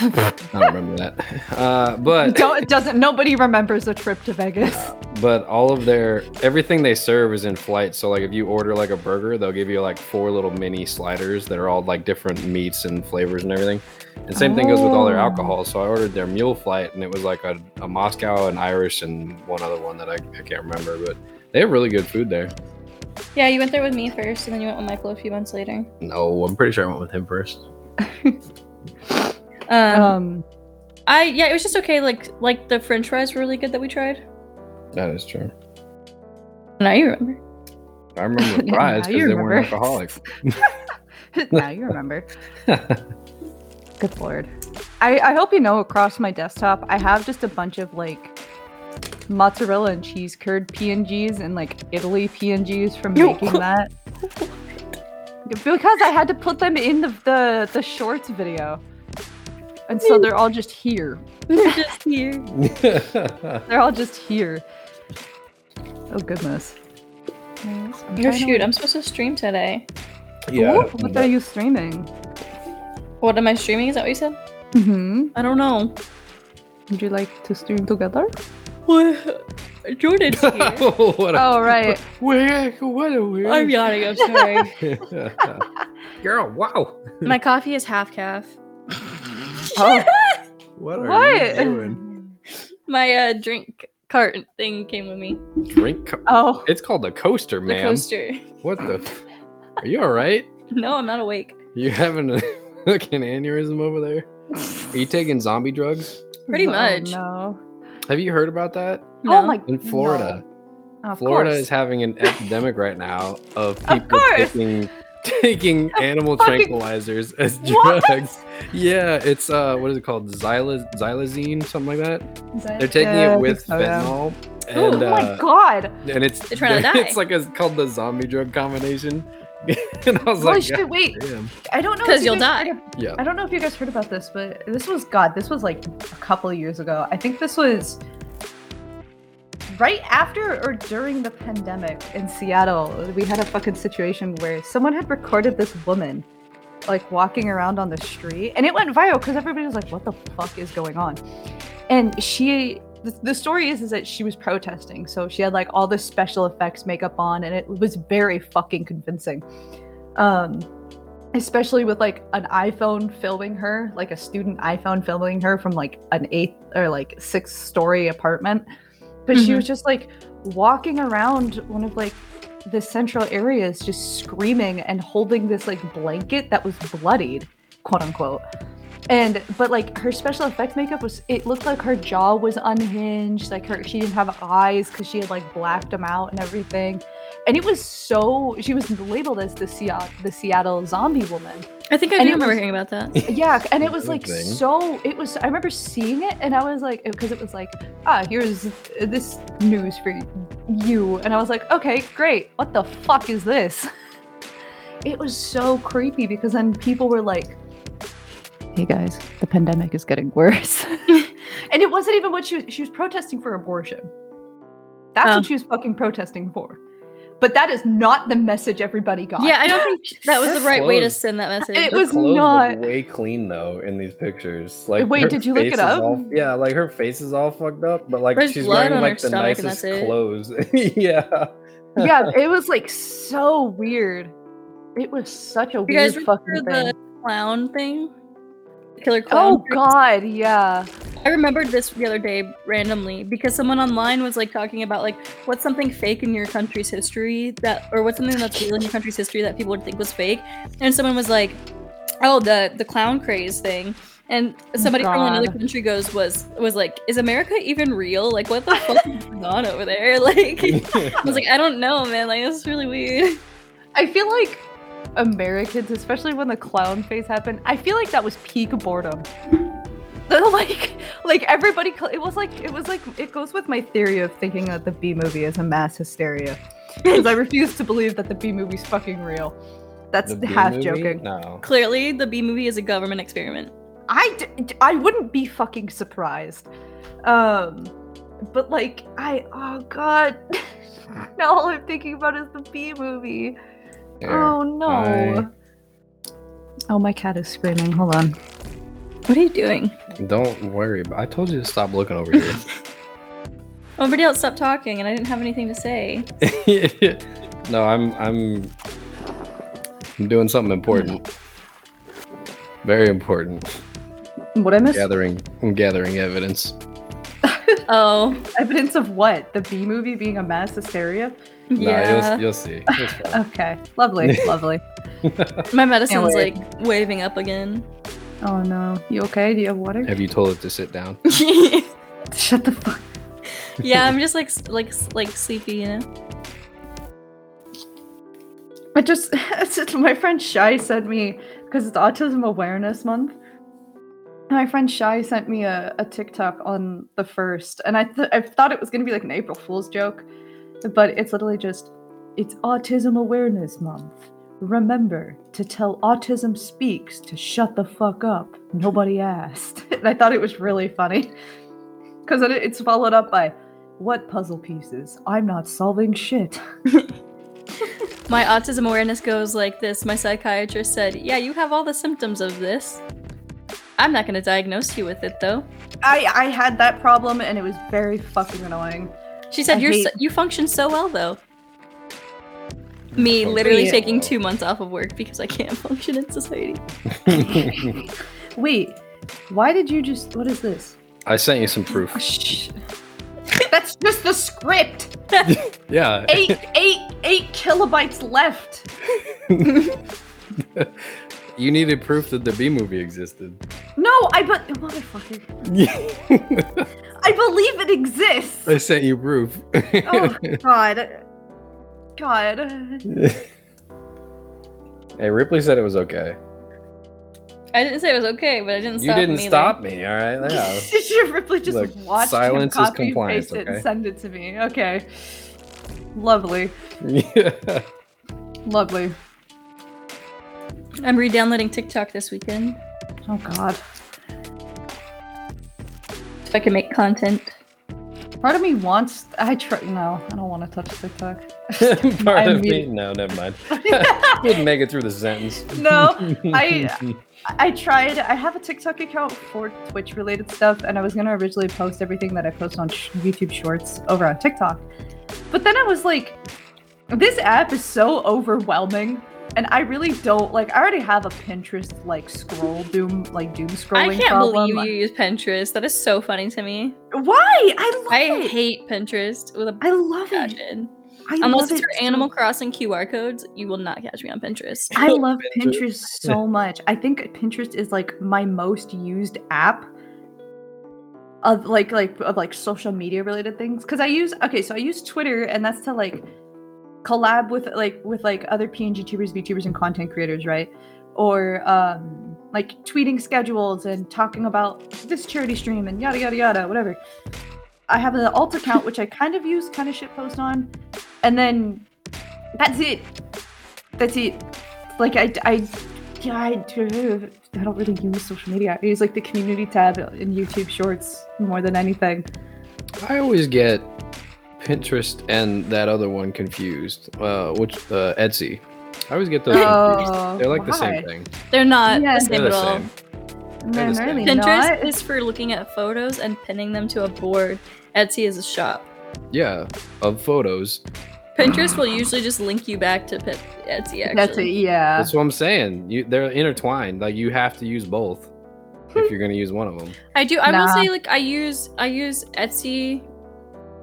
Speaker 2: I don't remember that. Uh, but
Speaker 3: don't it doesn't nobody remembers the trip to Vegas.
Speaker 2: but all of their everything they serve is in flight. So like if you order like a burger, they'll give you like four little mini sliders that are all like different meats and flavors and everything. And same thing goes with all their
Speaker 3: Oh.
Speaker 2: alcohol. So I ordered their mule flight, and it was like a, a Moscow, an Irish, and one other one that I, I can't remember. But they have really good food there.
Speaker 1: Yeah, you went there with me first, and then you went with Michael a few months later.
Speaker 2: No, I'm pretty sure I went with him first.
Speaker 1: Um,
Speaker 3: Um,
Speaker 1: I yeah, it was just okay. Like like the French fries were really good that we tried.
Speaker 2: That is true.
Speaker 1: Now you remember.
Speaker 2: I remember the
Speaker 3: Yeah,
Speaker 2: fries
Speaker 3: now you
Speaker 2: because they weren't
Speaker 3: remember.
Speaker 2: alcoholic.
Speaker 3: now you remember. Good lord. I I hope you know across my desktop I have just a bunch of like mozzarella and cheese curd PNGs and like Italy PNGs from
Speaker 1: Yo.
Speaker 3: making that. Because I had to put them in the the, the shorts video. And so they're all just here.
Speaker 1: They're just here.
Speaker 3: They're all just here. Oh goodness.
Speaker 1: Oh shoot, I'm supposed to stream today.
Speaker 2: yeah.
Speaker 3: Ooh, what are you streaming?
Speaker 1: What am I streaming? Is that what you said?
Speaker 3: hmm
Speaker 1: I don't know.
Speaker 3: Would you like to stream together?
Speaker 1: What? Jordan's here.
Speaker 2: what a,
Speaker 3: Oh right.
Speaker 2: where, what a weird.
Speaker 1: I'm yawning. I'm sorry.
Speaker 3: Oh,
Speaker 2: Girl, wow.
Speaker 1: My coffee is half calf.
Speaker 3: Oh.
Speaker 2: What are
Speaker 3: What?
Speaker 2: you doing?
Speaker 1: My uh, drink cart thing came with me.
Speaker 2: Drink. Co-
Speaker 3: Oh.
Speaker 2: it's called a coaster,
Speaker 1: The
Speaker 2: man.
Speaker 1: coaster.
Speaker 2: What the? F- are you all right?
Speaker 1: No, I'm not awake.
Speaker 2: You having a fucking aneurysm over there? Are you taking zombie drugs?
Speaker 1: Pretty
Speaker 3: Oh,
Speaker 1: much.
Speaker 3: No.
Speaker 2: Have you heard about that
Speaker 1: No.
Speaker 3: Oh my
Speaker 2: in Florida?
Speaker 3: No. Of
Speaker 2: Florida
Speaker 3: course.
Speaker 2: is having an epidemic right now of people
Speaker 3: course.
Speaker 2: taking taking animal
Speaker 3: fucking-
Speaker 2: tranquilizers as
Speaker 3: What?
Speaker 2: drugs. Yeah, it's uh what is it called? Xyla, xylazine, something like that. They're taking
Speaker 3: Yeah, I
Speaker 2: it
Speaker 3: think
Speaker 2: with
Speaker 3: so, yeah.
Speaker 2: fentanyl.
Speaker 3: Ooh,
Speaker 2: And
Speaker 3: oh
Speaker 2: uh,
Speaker 3: my god.
Speaker 2: and it's
Speaker 1: They're trying to
Speaker 2: it's
Speaker 1: die.
Speaker 2: like it's called the zombie drug combination. and I was
Speaker 3: Holy
Speaker 2: like,
Speaker 3: shit,
Speaker 2: "God
Speaker 3: wait.
Speaker 2: damn."
Speaker 3: I don't know if
Speaker 1: Because
Speaker 3: you
Speaker 1: you'll
Speaker 3: guys
Speaker 1: die.
Speaker 3: heard ab-
Speaker 2: Yeah.
Speaker 3: I don't know if you guys heard about this, but this was God. This was like a couple of years ago. I think this was right after or during the pandemic in Seattle. We had a fucking situation where someone had recorded this woman like walking around on the street, and it went viral because everybody was like, "What the fuck is going on?" And she. The, the story is is that she was protesting, so she had like all this special effects makeup on, and it was very fucking convincing. Um, especially with like an iPhone filming her, like a student iPhone filming her from like an eighth or like sixth story apartment. But she
Speaker 1: Mhm.
Speaker 3: was just like walking around one of like the central areas, just screaming and holding this like blanket that was bloodied, quote unquote. And but like her special effect makeup was it looked like her jaw was unhinged, like her she didn't have eyes because she had like blacked them out and everything. And it was so she was labeled as the Seattle the Seattle zombie woman.
Speaker 1: I think I
Speaker 3: And
Speaker 1: do
Speaker 3: it
Speaker 1: remember
Speaker 3: was-
Speaker 1: hearing about that.
Speaker 3: Yeah, and it was
Speaker 2: Little
Speaker 3: like
Speaker 2: thing.
Speaker 3: so it was I remember seeing it and I was like because it was like, ah, here's this news for you. And I was like, okay, great. What the fuck is this? It was so creepy because then people were like Hey guys, the pandemic is getting worse. and it wasn't even what she was she was protesting for abortion. That's
Speaker 1: Oh.
Speaker 3: what she was fucking protesting for. But that is not the message everybody got.
Speaker 1: Yeah, I don't think that was the
Speaker 2: That's
Speaker 1: right way to
Speaker 2: close.
Speaker 1: send that message.
Speaker 3: It
Speaker 2: Her
Speaker 3: was
Speaker 2: clothes look
Speaker 3: not-
Speaker 2: way clean though in these pictures. Like,
Speaker 3: Wait,
Speaker 2: her
Speaker 3: did you look
Speaker 2: face
Speaker 3: it
Speaker 2: is
Speaker 3: up?
Speaker 2: all- yeah, like her face is all fucked up, but like
Speaker 1: There's
Speaker 2: she's
Speaker 1: blood
Speaker 2: wearing
Speaker 1: on her
Speaker 2: like the
Speaker 1: stomach and
Speaker 2: nicest
Speaker 1: that's it.
Speaker 2: clothes. yeah,
Speaker 3: yeah, it was like so weird. It was such a
Speaker 1: you guys
Speaker 3: weird
Speaker 1: remember
Speaker 3: fucking
Speaker 1: the
Speaker 3: thing.
Speaker 1: clown thing? The killer clown.
Speaker 3: Oh god, yeah.
Speaker 1: I remembered this the other day randomly because someone online was like talking about like what's something fake in your country's history that or what's something that's real in your country's history that people would think was fake, and someone was like, "Oh, the the clown craze thing," and somebody from another
Speaker 3: God.
Speaker 1: country goes was was like, "Is America even real? Like, what the fuck is going on over there?" Like, I was like, "I don't know, man. Like, this is really weird."
Speaker 3: I feel like Americans, especially when the clown phase happened, I feel like that was peak boredom. The, like, like everybody, cl- it was like, it was like, it goes with my theory of thinking that the B movie is a mass hysteria, because I refuse to believe that the B movie's fucking real. That's
Speaker 2: The B
Speaker 3: half
Speaker 2: movie?
Speaker 3: joking.
Speaker 2: No,
Speaker 1: Clearly, the B movie is a government experiment.
Speaker 3: I, d- d- I wouldn't be fucking surprised. Um, but like, I, oh god. now all I'm thinking about is the B movie. Oh no.
Speaker 2: I-
Speaker 3: Oh, my cat is screaming. Hold on.
Speaker 1: What are you doing?
Speaker 2: Here, don't worry. But I told you to stop looking over here.
Speaker 1: Everybody else stopped talking, and I didn't have anything to say.
Speaker 2: no, I'm I'm I'm doing something important. Very important.
Speaker 3: What I missed?
Speaker 2: Gathering I'm gathering evidence.
Speaker 1: Oh,
Speaker 3: Evidence of what? The B movie being a mass hysteria?
Speaker 2: No,
Speaker 1: yeah.
Speaker 2: you'll, you'll see. It's fine.
Speaker 3: Okay. Lovely. lovely.
Speaker 1: My medicine's
Speaker 3: wait.
Speaker 1: like waving up again.
Speaker 3: Oh no. You okay? Do you have water?
Speaker 2: Have you told it to sit down?
Speaker 1: yeah,
Speaker 3: Shut the fuck.
Speaker 1: I'm just like s- like s- like sleepy, you know.
Speaker 3: I just, it's just- my friend Shai sent me because it's Autism Awareness Month. My friend Shai sent me a, a TikTok on the first, and I, th- I thought it was going to be like an April Fool's joke, but it's literally just it's Autism Awareness Month. Remember to tell Autism Speaks to shut the fuck up. Nobody asked. And I thought it was really funny because it, it's followed up by what puzzle pieces? I'm not solving shit.
Speaker 1: My autism awareness goes like this. My psychiatrist said, Yeah, you have all the symptoms of this. I'm not going to diagnose you with it, though.
Speaker 3: I I had that problem and it was very fucking annoying.
Speaker 1: She said,
Speaker 3: I
Speaker 1: You're
Speaker 3: hate-
Speaker 1: so, You function so well, though. Me literally
Speaker 3: Yeah.
Speaker 1: taking two months off of work because I can't function in society.
Speaker 3: Wait, why did you just? What is this?
Speaker 2: I sent you some proof.
Speaker 3: Shh. That's just the script.
Speaker 2: Yeah,
Speaker 3: Eight, eight, eight kilobytes left.
Speaker 2: you needed proof that the B movie existed.
Speaker 3: No, I but motherfucker, I believe it exists.
Speaker 2: I sent you proof.
Speaker 3: Oh God, God.
Speaker 2: Hey, Ripley said it was okay.
Speaker 1: I didn't say it was okay, but I didn't
Speaker 2: you
Speaker 1: stop
Speaker 2: didn't
Speaker 1: him either.
Speaker 2: stop me, all right? Yeah.
Speaker 3: Ripley just
Speaker 2: Look,
Speaker 3: watched
Speaker 2: silence is
Speaker 3: him copy and
Speaker 2: compliance,
Speaker 3: paste it
Speaker 2: okay?
Speaker 3: and send it to me. Okay, lovely,
Speaker 2: yeah.
Speaker 3: lovely.
Speaker 1: I'm re-downloading TikTok this weekend
Speaker 3: Oh God.
Speaker 1: so I can make content.
Speaker 3: Part of me wants. I try. No, I don't want to touch TikTok.
Speaker 2: Part
Speaker 3: I
Speaker 2: of me.
Speaker 3: mean-
Speaker 2: No, never mind. Didn't make it through the sentence.
Speaker 3: No, I- I tried. I have a TikTok account for Twitch related stuff, and I was gonna originally post everything that I post on sh- YouTube Shorts over on TikTok. But then I was like, this app is so overwhelming, and I really don't like. I already have a Pinterest like scroll doom like doom scrolling.
Speaker 1: I can't
Speaker 3: problem.
Speaker 1: believe you use Pinterest. That is so funny to me.
Speaker 3: Why? I love
Speaker 1: I
Speaker 3: it.
Speaker 1: hate Pinterest with a
Speaker 3: I love it.
Speaker 1: passion.
Speaker 3: I
Speaker 1: Unless
Speaker 3: love
Speaker 1: it's
Speaker 3: it
Speaker 1: for
Speaker 3: so
Speaker 1: Animal Crossing QR codes, you will not catch me on Pinterest.
Speaker 3: I love
Speaker 2: Pinterest.
Speaker 3: Pinterest so much. I think Pinterest is like my most used app of like like of like social media related things cuz I use okay, so I use Twitter and that's to like collab with like with like other PNG tubers, VTubers and content creators, right? Or um like tweeting schedules and talking about this charity stream and yada yada yada, whatever. I have an alt account which I kind of use, kind of shit post on, and then that's it. That's it. Like I, I, yeah, I, do- I don't really use social media. I use like the community tab in YouTube Shorts more than anything.
Speaker 2: I always get Pinterest and that other one confused. Uh, which uh, Etsy. I always get those
Speaker 3: Oh,
Speaker 2: confused. They're like the
Speaker 3: why?
Speaker 2: same thing.
Speaker 1: They're not
Speaker 3: Yeah.
Speaker 1: the same
Speaker 2: They're
Speaker 1: at
Speaker 2: the
Speaker 1: all.
Speaker 2: same.
Speaker 3: They're
Speaker 2: understand.
Speaker 3: really
Speaker 1: Pinterest
Speaker 3: not.
Speaker 1: is for looking at photos and pinning them to a board. Etsy is a shop.
Speaker 2: Yeah, of photos.
Speaker 3: Uh.
Speaker 1: Pinterest will usually just link you back to Pit- Etsy. Actually.
Speaker 3: That's it. Yeah.
Speaker 2: That's what I'm saying. You, they're intertwined. Like you have to use both if you're gonna use one of them.
Speaker 1: I do. I will
Speaker 3: Nah.
Speaker 1: say, like, I use I use Etsy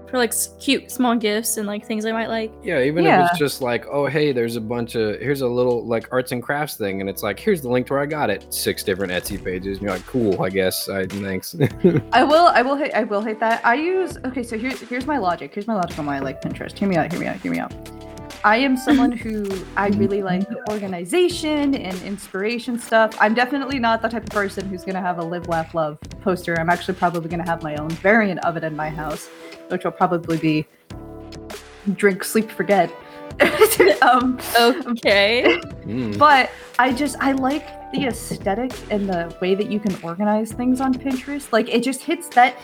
Speaker 1: for like s- cute small gifts and like things I might like.
Speaker 2: Yeah, even
Speaker 3: Yeah.
Speaker 2: if it's just like, oh hey, there's a bunch of here's a little like arts and crafts thing, and it's like here's the link to where I got it. Six different Etsy pages, and you're like, cool, I guess. I thanks.
Speaker 3: I will. I will. Hate, I will hate that. I use. Okay, so here's here's my logic. Here's my logic on why I like Pinterest. Hear me out. Hear me out. Hear me out. I am someone who I really like organization and inspiration stuff. I'm definitely not the type of person who's gonna have a live, laugh, love poster. I'm actually probably gonna have my own variant of it in my house, which will probably be drink, sleep, forget. um,
Speaker 1: Okay.
Speaker 2: Mm.
Speaker 3: but I just I like the aesthetic and the way that you can organize things on Pinterest. Like it just hits that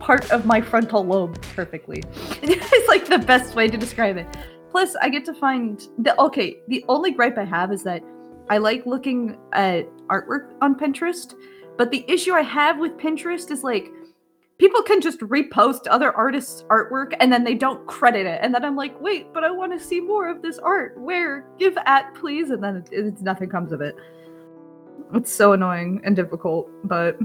Speaker 3: part of my frontal lobe perfectly. it's like the best way to describe it. Plus, I get to find the okay. The only gripe I have is that I like looking at artwork on Pinterest, but the issue I have with Pinterest is like people can just repost other artists' artwork and then they don't credit it. And then I'm like, wait, but I want to see more of this art. Where? Give at, please. And then it, it's nothing comes of it. It's so annoying and difficult, but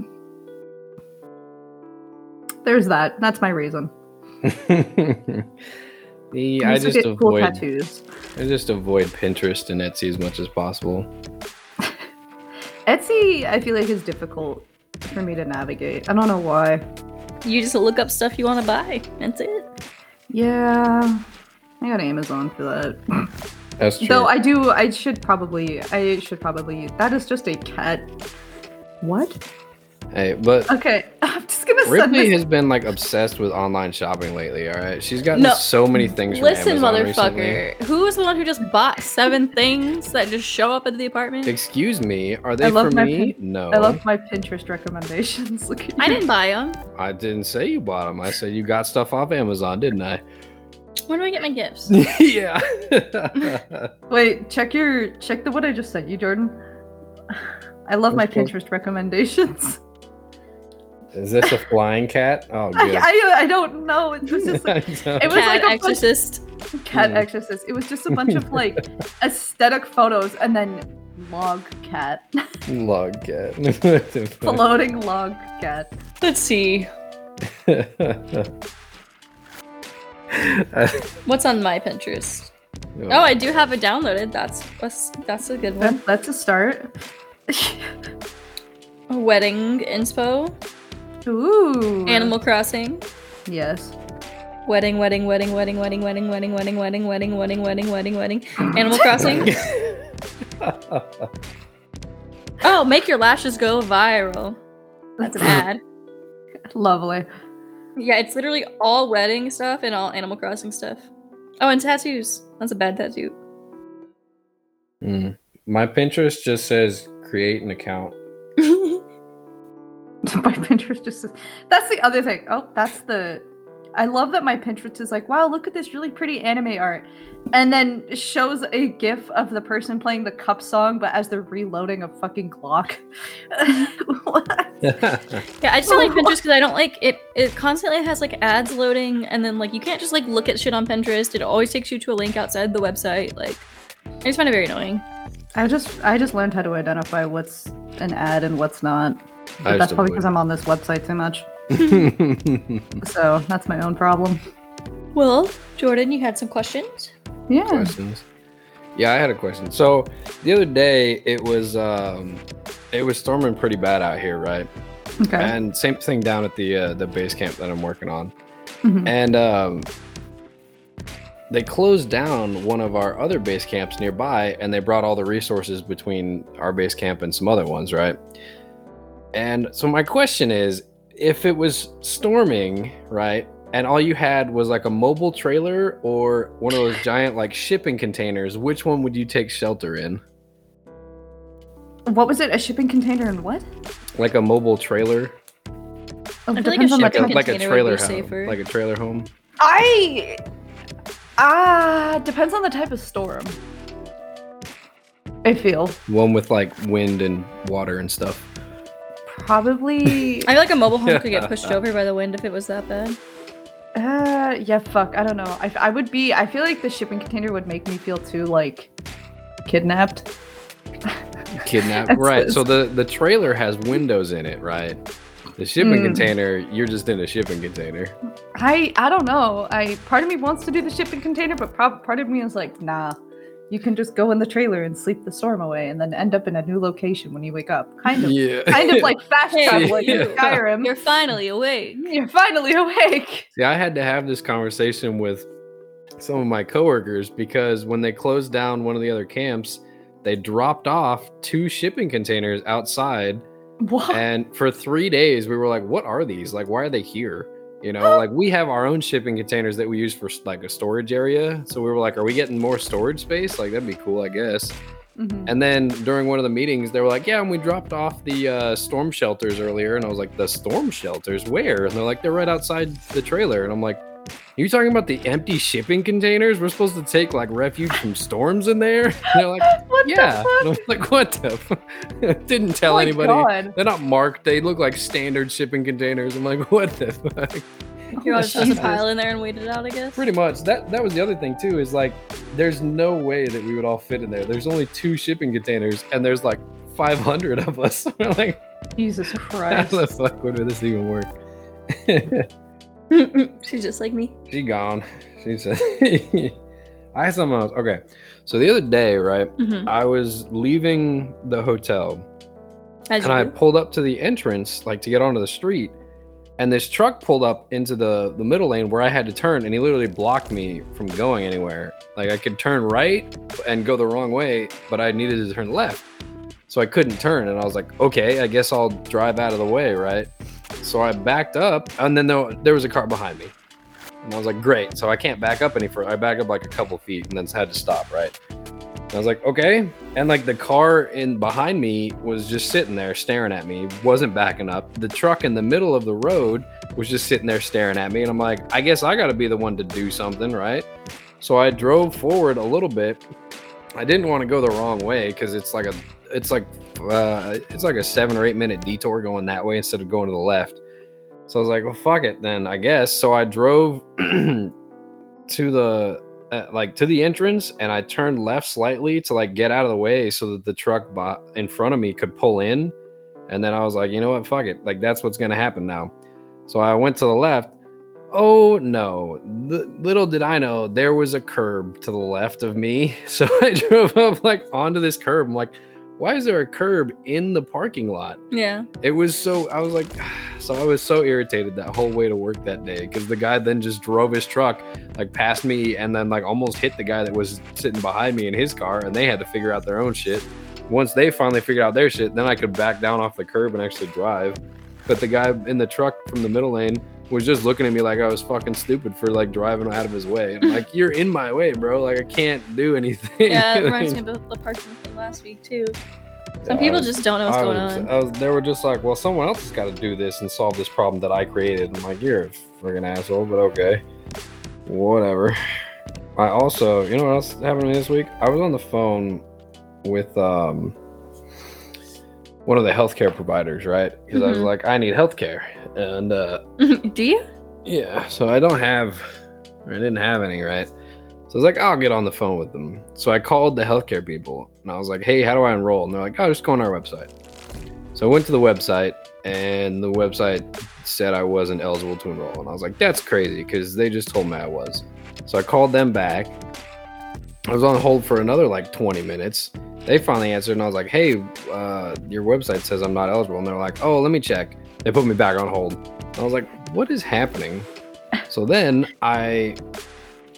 Speaker 3: there's that. That's my reason.
Speaker 2: The-
Speaker 3: I
Speaker 2: I
Speaker 3: used to
Speaker 2: just
Speaker 3: get cool
Speaker 2: avoid
Speaker 3: tattoos.
Speaker 2: I just avoid Pinterest and Etsy as much as possible.
Speaker 3: Etsy, I feel like is difficult for me to navigate. I don't know why.
Speaker 1: you just look up stuff you want to buy. That's it.
Speaker 3: Yeah, I got Amazon for that.
Speaker 2: That's true.
Speaker 3: Though I do, I should probably, I should probably. That is just a cat. What?
Speaker 2: Hey, but
Speaker 3: Okay, I'm just gonna send
Speaker 2: Ripley
Speaker 3: this.
Speaker 2: has been like obsessed with online shopping lately. All right, she's gotten
Speaker 1: No.
Speaker 2: so many things. From
Speaker 1: Listen,
Speaker 2: Amazon Recently.
Speaker 1: motherfucker. Who was the one who just bought seven things that just show up at the apartment?
Speaker 2: Excuse me, are they
Speaker 3: love
Speaker 2: for
Speaker 3: my
Speaker 2: me?
Speaker 3: pink-
Speaker 2: No,
Speaker 3: I love my Pinterest recommendations. Look at you.
Speaker 1: I didn't buy them.
Speaker 2: I didn't say you bought them. I said you got stuff off Amazon, didn't I?
Speaker 1: When do I get my gifts?
Speaker 2: yeah.
Speaker 3: Wait, check your check the what I just sent you, Jordan. I love my
Speaker 2: Which one?
Speaker 3: Pinterest recommendations.
Speaker 2: Is this a flying cat? Oh, good.
Speaker 3: I, I I don't know. It was just like it was
Speaker 1: Cat
Speaker 3: like a bunch-
Speaker 1: exorcist.
Speaker 3: cat
Speaker 2: Hmm.
Speaker 3: exorcist. It was just a bunch of like aesthetic photos and then log cat,
Speaker 2: log cat.
Speaker 3: floating log cat.
Speaker 1: Let's see. What's on my Pinterest? Oh, I do have it downloaded. That's that's, that's a good one.
Speaker 3: That, that's a start.
Speaker 1: Wedding inspo,
Speaker 3: Ooh.
Speaker 1: Animal Crossing,
Speaker 3: Yes.
Speaker 1: wedding, wedding, wedding, wedding, wedding, wedding, wedding, wedding, wedding, wedding, wedding, wedding, wedding, wedding, Animal Crossing. Oh, make your lashes go viral. That's an ad.
Speaker 3: Lovely.
Speaker 1: Yeah, it's literally all wedding stuff and all Animal Crossing stuff. Oh, and tattoos. That's a bad tattoo.
Speaker 2: Mm. My Pinterest just says create an account.
Speaker 3: my Pinterest just that's the other thing. Oh, that's the I love that my Pinterest is like, wow, look at this really pretty anime art. And then shows a gif of the person playing the cup song, but as they're reloading a fucking Glock. What?
Speaker 1: Yeah, I just don't like Pinterest because I don't like it. It constantly has like ads loading, and then like you can't just like look at shit on Pinterest. It always takes you to a link outside the website. Like, I just find it very annoying.
Speaker 3: I just I just learned how to identify what's an ad and what's not. But
Speaker 2: I
Speaker 3: that's
Speaker 2: just avoid
Speaker 3: probably because I'm on this website too much.
Speaker 2: it.
Speaker 3: So that's my own problem.
Speaker 1: Well, Jordan, you had some questions.
Speaker 3: Yeah.
Speaker 2: questions. Yeah, I had a question. So the other day it was um it was storming pretty bad out here, right?
Speaker 3: Okay.
Speaker 2: And same thing down at the uh, the base camp that I'm working on.
Speaker 3: Mhm.
Speaker 2: And um they closed down one of our other base camps nearby and they brought all the resources between our base camp and some other ones, right? And so my question is if it was storming, right? And all you had was like a mobile trailer or one of those giant like shipping containers, which one would you take shelter in?
Speaker 3: What was it? A shipping container and what?
Speaker 2: Like a mobile trailer?
Speaker 1: I feel
Speaker 3: Oh,
Speaker 1: like a
Speaker 3: depends on
Speaker 2: Like
Speaker 3: what
Speaker 2: a,
Speaker 1: shipping
Speaker 3: type of
Speaker 2: like
Speaker 1: container
Speaker 2: a
Speaker 1: would be
Speaker 2: trailer
Speaker 1: safer.
Speaker 2: home. Like a trailer home.
Speaker 3: I ah depends on the type of storm. I feel
Speaker 2: One with like wind and water and stuff.
Speaker 3: probably
Speaker 1: I feel like a mobile home could get pushed over by the wind if it was that bad.
Speaker 3: uh yeah fuck I don't know I, I would be I feel like the shipping container would make me feel too like kidnapped.
Speaker 2: kidnap
Speaker 3: That's
Speaker 2: right
Speaker 3: what-
Speaker 2: so the the trailer has windows in it right the shipping
Speaker 3: Mm.
Speaker 2: container you're just in a shipping container
Speaker 3: I I don't know I part of me wants to do the shipping container but prob- part of me is like nah you can just go in the trailer and sleep the storm away and then end up in a new location when you wake up kind of
Speaker 2: yeah
Speaker 3: kind of like fast
Speaker 1: Hey,
Speaker 3: travel like in
Speaker 2: you.
Speaker 3: Skyrim
Speaker 1: You're finally awake. Oh,
Speaker 3: You're finally awake.
Speaker 2: See, i had to have this conversation with some of my coworkers because when they closed down one of the other camps they dropped off two shipping containers outside
Speaker 3: What?
Speaker 1: Eh.
Speaker 2: and for three days we were like what are these like why are they here you know like we have our own shipping containers that we use for like a storage area so we were like are we getting more storage space like that'd be cool i guess
Speaker 3: Mhm.
Speaker 2: And then during one of the meetings, they were like, "Yeah, and we dropped off the uh, storm shelters earlier." And I was like, "The storm shelters? Where?" And they're like, "They're right outside the trailer." And I'm like, "You talking about the empty shipping containers? We're supposed to take like refuge from storms in there?" And they're like,
Speaker 3: what
Speaker 2: "Yeah."
Speaker 3: the fuck?
Speaker 2: And I'm like, "What the?" F-? Didn't tell
Speaker 3: Oh my
Speaker 2: anybody.
Speaker 3: God.
Speaker 2: They're not marked. They look like standard shipping containers. I'm like, "What the fuck?"
Speaker 1: You're all
Speaker 3: Oh,
Speaker 1: just supposed to
Speaker 3: Jesus.
Speaker 1: pile in there and wait it out, I guess.
Speaker 2: Pretty much. That that was the other thing too. Is like, there's no way that we would all fit in there. There's only two shipping containers, and there's like 500 of us. We're like,
Speaker 3: Jesus
Speaker 2: how
Speaker 3: Christ.
Speaker 2: the fuck would this even work?
Speaker 1: She's just like me.
Speaker 2: She gone. She said. I had something else. Okay, so the other day, right,
Speaker 1: Mm-hmm.
Speaker 2: I was leaving the hotel, and I pulled up to the entrance, like to get onto the street, and this truck pulled up into the the middle lane where I had to turn, and he literally blocked me from going anywhere. Like I could turn right and go the wrong way, but I needed to turn left. So I couldn't turn, and I was like, okay, I guess I'll drive out of the way, right? So I backed up, and then there, there was a car behind me. And I was like, great. So I can't back up any further. I back up like a couple feet and then had to stop, right? And I was like, okay. And like the car in behind me was just sitting there staring at me, wasn't backing up. The truck in the middle of the road was just sitting there staring at me. And I'm like, I guess I got to be the one to do something, right? So I drove forward a little bit. I didn't want to go the wrong way because it's like a, it's like, uh, it's like a seven or eight minute detour going that way instead of going to the left. So I was like, well, fuck it then, I guess. So I drove to the uh, like to the entrance and I turned left slightly to like get out of the way so that the truck bo- in front of me could pull in. And then I was like, you know what, fuck it, like that's what's gonna happen now. So I went to the left. Oh no! Th- little did I know there was a curb to the left of me. So I drove up like onto this curb. I'm like, why is there a curb in the parking lot?
Speaker 1: Yeah.
Speaker 2: It was so I was like, so I was so irritated that whole way to work that day because the guy then just drove his truck like past me and then like almost hit the guy that was sitting behind me in his car and they had to figure out their own shit. Once they finally figured out their shit, then I could back down off the curb and actually drive. But the guy in the truck from the middle lane was just looking at me like I was fucking stupid for like driving out of his way. And I'm like, you're in my way, bro. Like I can't do anything.
Speaker 1: Yeah, it reminds me of the the parking thing last week too. Some people
Speaker 2: just.
Speaker 1: just don't know what's
Speaker 2: I
Speaker 1: going
Speaker 2: was-
Speaker 1: on.
Speaker 2: I was- they were just like, well, someone else has got to do this and solve this problem that I created. I'm like, you're a friggin' asshole, but okay. Whatever. I also, you know what else happened to me this week? I was on the phone with um, one of the healthcare providers, right? Because I was
Speaker 1: Mhm.
Speaker 2: like, I need healthcare. And uh,
Speaker 1: Do you?
Speaker 2: yeah, so I don't have, I didn't have any, right? So I was like, I'll get on the phone with them. So I called the healthcare people and I was like, hey, how do I enroll? And they're like, oh, just go on our website. So I went to the website and the website said I wasn't eligible to enroll. And I was like, that's crazy because they just told me I was. So I called them back. I was on hold for another like 20 minutes. They finally answered and I was like, hey, uh, your website says I'm not eligible. And they're like, oh, let me check. They put me back on hold. I was like, what is happening? So then I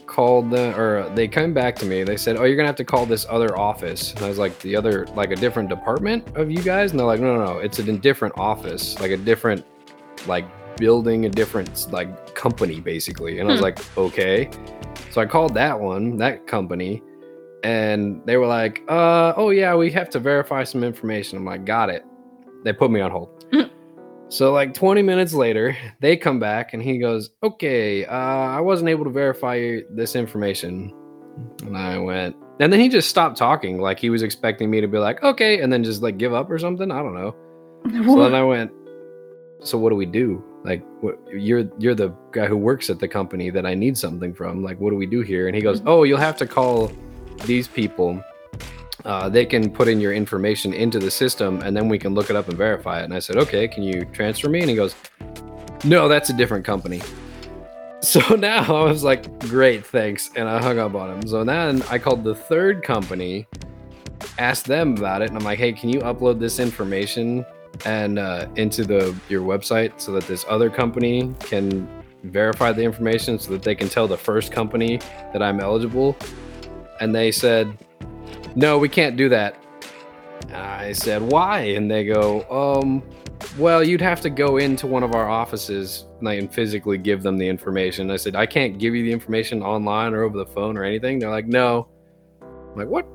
Speaker 2: called the or they came back to me. They said, "Oh, you're gonna have to call this other office." And I was like, "The other, like a different department of you guys?" And they're like, "No, no, no, it's a different office, like a different, like building, a different like company, basically." And I was
Speaker 1: Hmm.
Speaker 2: like, "Okay." So I called that one, that company, and they were like, "Uh, oh yeah, we have to verify some information." I'm like, "Got it." They put me on hold. So like 20 minutes later, they come back and he goes, "Okay, uh, I wasn't able to verify this information." And I went, and then he just stopped talking, like he was expecting me to be like, "Okay," and then just like give up or something. I don't know. So then I went, "So what do we do? Like, what, you're you're the guy who works at the company that I need something from. Like, what do we do here?" And he goes, "Oh, you'll have to call these people." uh, they can put in your information into the system and then we can look it up and verify it. And I said, okay, can you transfer me? And he goes, no, that's a different company. So now I was like, great, thanks. And I hung up on him. So then I called the third company, asked them about it. And I'm like, hey, can you upload this information and uh, into the your website so that this other company can verify the information so that they can tell the first company that I'm eligible? And they said, no, we can't do that. I said, why? And they go, um, well, you'd have to go into one of our offices like, and physically give them the information. I said, I can't give you the information online or over the phone or anything. They're like, no. I'm like, what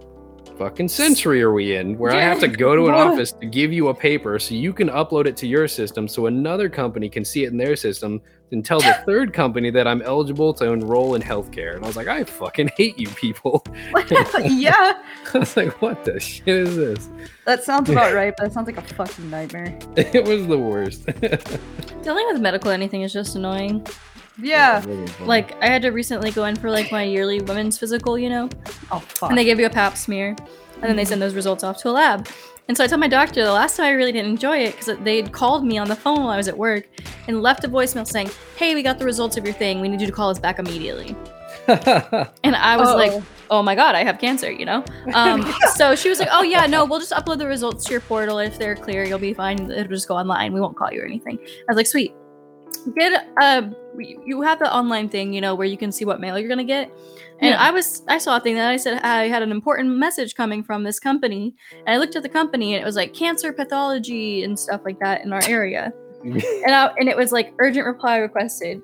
Speaker 2: fucking century are we in where I have to go to an
Speaker 3: Yeah.
Speaker 2: office to give you a paper so you can upload it to your system so another company can see it in their system and tell the third company that I'm eligible to enroll in healthcare? And I was like, I fucking hate you people.
Speaker 3: yeah,
Speaker 2: I was like, what the shit is this?
Speaker 3: that sounds about right, but that sounds like a fucking nightmare.
Speaker 2: It was the worst.
Speaker 1: Dealing with medical anything is just annoying.
Speaker 3: Yeah.
Speaker 1: Like I had to recently go in for like my yearly women's physical, you know,
Speaker 3: Oh fuck.
Speaker 1: and they give you a pap smear, and then they send those results off to a lab. And so I told my doctor the last time I really didn't enjoy it because they'd called me on the phone while I was at work and left a voicemail saying, "Hey, we got the results of your thing. We need you to call us back immediately." And I was like, oh my god, I have cancer, you know? Um, so she was like, oh yeah, no, we'll just upload the results to your portal. If they're clear, you'll be fine. It'll just go online. We won't call you or anything. I was like, sweet. get uh you have the online thing you know where you can see what mail you're gonna get and
Speaker 4: Yeah.
Speaker 1: i was i saw a thing that i said i had an important message coming from this company and i looked at the company and it was like cancer pathology and stuff like that in our area and I, and it was like urgent reply requested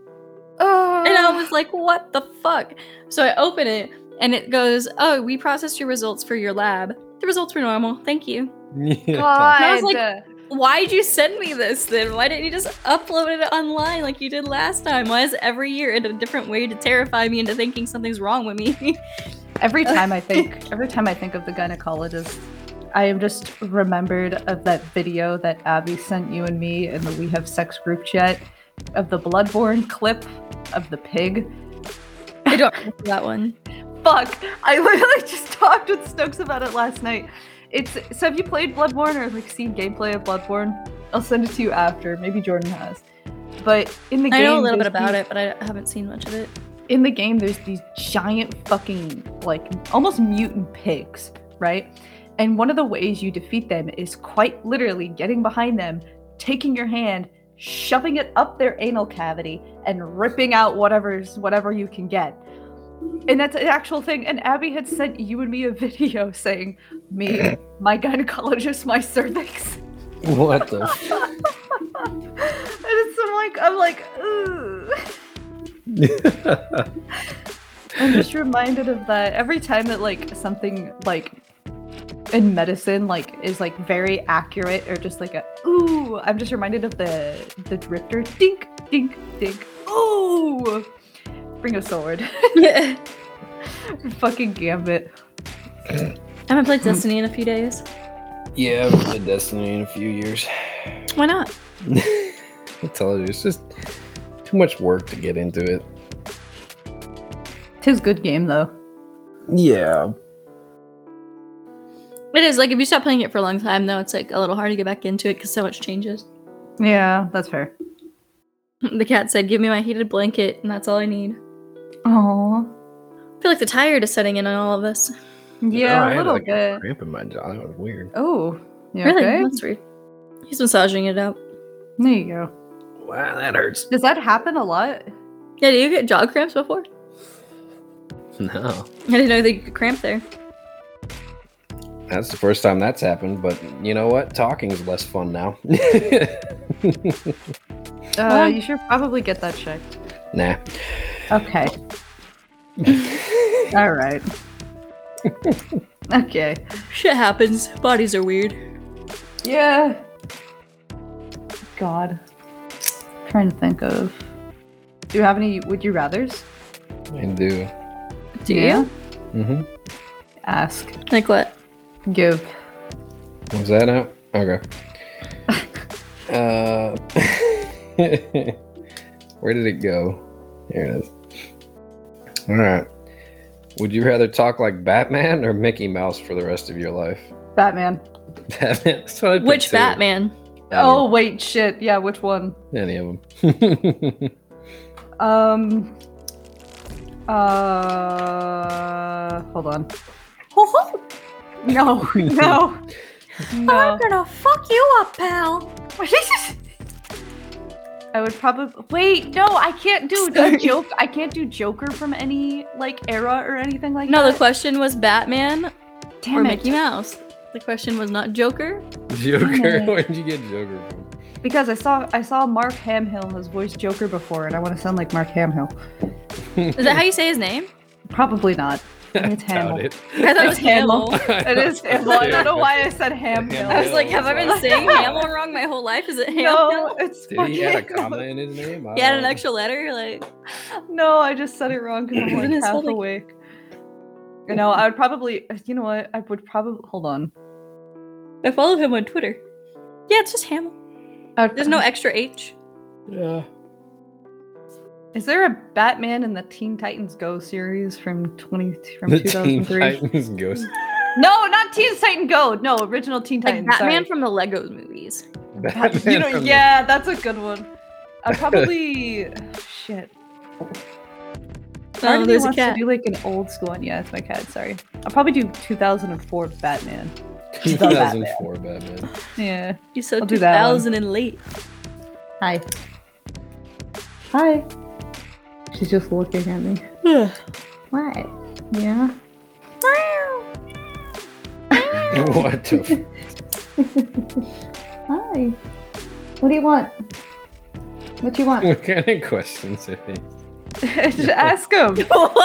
Speaker 4: Oh,
Speaker 1: and i was like what the fuck so i open it and it goes oh we processed your results for your lab the results were normal thank you
Speaker 2: Yeah.
Speaker 4: God.
Speaker 1: I was like- why'd you send me this then? Why didn't you just upload it online like you did last time? Why is every year in a different way to terrify me into thinking something's wrong with me?
Speaker 3: Every time I think, every time I think of the gynecologist, I am just remembered of that video that Abby sent you and me in the We Have Sex group chat of the bloodborne clip of the pig.
Speaker 1: I don't remember that one.
Speaker 3: Fuck! I literally just talked with Snooks about it last night. It's so have you played Bloodborne or like seen gameplay of Bloodborne? I'll send it to you after. Maybe Jordan has. But in the
Speaker 1: I
Speaker 3: game,
Speaker 1: know a little bit
Speaker 3: there's
Speaker 1: about
Speaker 3: these-
Speaker 1: it, but I haven't seen much of it.
Speaker 3: in the game there's these giant fucking like almost mutant pigs right and one of the ways you defeat them is quite literally getting behind them taking your hand shoving it up their anal cavity and ripping out whatever's whatever you can get and that's an actual thing and abby had sent you and me a video saying me my gynecologist my cervix
Speaker 2: what the? F-
Speaker 3: and it's I'm like i'm like ooh I'm just reminded of that every time that like something like in medicine like is like very accurate or just like a ooh. I'm just reminded of the the drifter dink dink dink. Ooh, bring a sword.
Speaker 1: Yeah.
Speaker 3: Fucking gambit.
Speaker 1: I haven't played Destiny in a few days.
Speaker 2: yeah, I've been Destiny in a few years.
Speaker 1: Why not?
Speaker 2: I told you, it's just too much work to get into it.
Speaker 3: Tis good game though.
Speaker 2: Yeah.
Speaker 1: It is like if you stop playing it for a long time, though, it's like a little hard to get back into it because so much changes.
Speaker 3: Yeah, that's fair.
Speaker 1: The cat said, "Give me my heated blanket, and that's all I need."
Speaker 3: Oh,
Speaker 1: I feel like the tired is setting in on all of us.
Speaker 2: Oh,
Speaker 3: yeah, a little bit.
Speaker 2: Cramp in my jaw. That was weird.
Speaker 3: Oh, you
Speaker 1: really,
Speaker 3: okay?
Speaker 1: that's weird. He's massaging it out.
Speaker 3: There you go.
Speaker 2: Wow, that hurts.
Speaker 3: Does that happen a lot?
Speaker 1: Yeah, did you get jaw cramps before?
Speaker 2: No,
Speaker 1: I didn't know that you could cramp there.
Speaker 2: that's the first time that's happened. But you know what? Talking is less fun now.
Speaker 3: Uh, you should probably get that checked.
Speaker 2: nah.
Speaker 3: Okay. All right. okay.
Speaker 1: Shit happens. Bodies are weird.
Speaker 3: Yeah. God. trying to think of. Do you have any would you rather's?
Speaker 2: I do.
Speaker 1: Do
Speaker 3: Yeah.
Speaker 1: you?
Speaker 2: hmm
Speaker 3: Ask.
Speaker 1: Like what?
Speaker 3: Give.
Speaker 2: Was that out? Okay. uh, where did it go? Here it is. All right. Would you rather talk like Batman or Mickey Mouse for the rest of your life?
Speaker 3: Batman.
Speaker 2: Batman. That's what I picked
Speaker 1: Which
Speaker 2: too.
Speaker 1: Batman?
Speaker 2: Any-
Speaker 3: Oh wait, shit. Yeah, which one?
Speaker 2: any of them?
Speaker 3: Um. Uh. Hold on. No. No. no.
Speaker 1: gonna fuck you up, pal.
Speaker 3: I would probably wait. No, I can't do
Speaker 1: Sorry.
Speaker 3: a joke. I can't do Joker from any like era or anything like
Speaker 1: No, the
Speaker 3: that.
Speaker 1: question was Batman
Speaker 3: Damn
Speaker 1: or
Speaker 3: it.
Speaker 1: Mickey Mouse. The question was not Joker.
Speaker 2: Joker.
Speaker 3: Damn it.
Speaker 2: Where'd you get Joker from?
Speaker 3: Because I saw I saw Mark Hamill has voiced Joker before, and I want to sound like Mark Hamill.
Speaker 1: Is that how you say his name?
Speaker 3: Probably not.
Speaker 2: I
Speaker 3: It's
Speaker 2: doubt
Speaker 3: Hamill.
Speaker 2: it.
Speaker 1: I thought it was
Speaker 3: It's Hamill.
Speaker 1: Hamill.
Speaker 3: It is Hamill. I don't know why I said
Speaker 1: I
Speaker 3: Hamill.
Speaker 1: was like, have I been saying Hamill wrong my whole life? Is it Hamill?
Speaker 3: No, it's
Speaker 2: Did he add a
Speaker 3: fucking-
Speaker 2: comma in his name? I
Speaker 1: He had
Speaker 2: don't
Speaker 1: an
Speaker 2: know.
Speaker 1: extra letter. Like,
Speaker 3: No, I just said it wrong because I'm
Speaker 1: Isn't it
Speaker 3: like half
Speaker 1: spelled like-
Speaker 3: awake. You know, I would probably. uh, You know what? I would probably. Hold on.
Speaker 1: I follow him on Twitter. Yeah, it's just Hamill.
Speaker 3: I would
Speaker 1: There's no extra H.
Speaker 2: Yeah.
Speaker 3: Is there a Batman in the Teen Titans Go series from twenty from
Speaker 2: The
Speaker 3: two
Speaker 2: Teen
Speaker 3: thousand three?
Speaker 2: Titans Ghost.
Speaker 3: No, not Teen Titan Go. No, original Teen
Speaker 1: Like
Speaker 3: Titans.
Speaker 1: Batman
Speaker 3: sorry. Oh,
Speaker 1: from the Lego movies.
Speaker 3: Bat- you
Speaker 2: Batman
Speaker 3: know,
Speaker 2: from the-
Speaker 3: yeah, that's a good one. I probably shit. Part
Speaker 1: Oh,
Speaker 3: of me
Speaker 1: there's a
Speaker 3: wants
Speaker 1: cat.
Speaker 3: To do like an old school one. Yeah, it's my cat. Sorry. I'll probably do 2004 Batman.
Speaker 2: 2004 Batman.
Speaker 3: Yeah.
Speaker 1: You're so
Speaker 3: I'll do that one.
Speaker 1: 2000 and late.
Speaker 3: Hi.
Speaker 5: Hi. She's just looking at me.
Speaker 1: What?
Speaker 3: Yeah.
Speaker 2: what the f-
Speaker 5: Hi. What do you want? What do you want?
Speaker 2: what kind of questions are these?
Speaker 3: Just ask him.
Speaker 1: Hold
Speaker 3: um,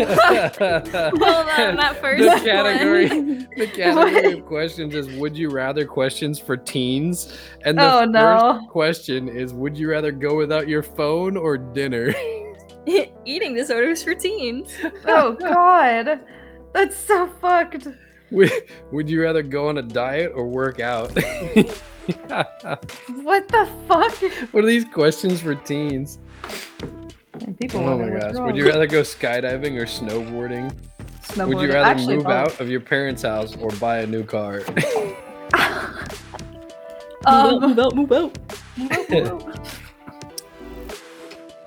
Speaker 1: on, that first
Speaker 2: the category,
Speaker 1: one.
Speaker 2: the category of questions is "Would you rather?" questions for teens, and the
Speaker 3: Oh, no.
Speaker 2: first question is "Would you rather go without your phone or dinner?"
Speaker 1: Eating disorders for teens.
Speaker 3: Oh God, that's so fucked.
Speaker 2: would, would you rather go on a diet or work out? what
Speaker 3: What the fuck?
Speaker 2: are these questions for teens?
Speaker 3: And people
Speaker 2: Oh my gosh! Would you rather go skydiving or snowboarding? Would you rather move out of your parents' house or buy a new car?
Speaker 3: Um,
Speaker 1: out, move out.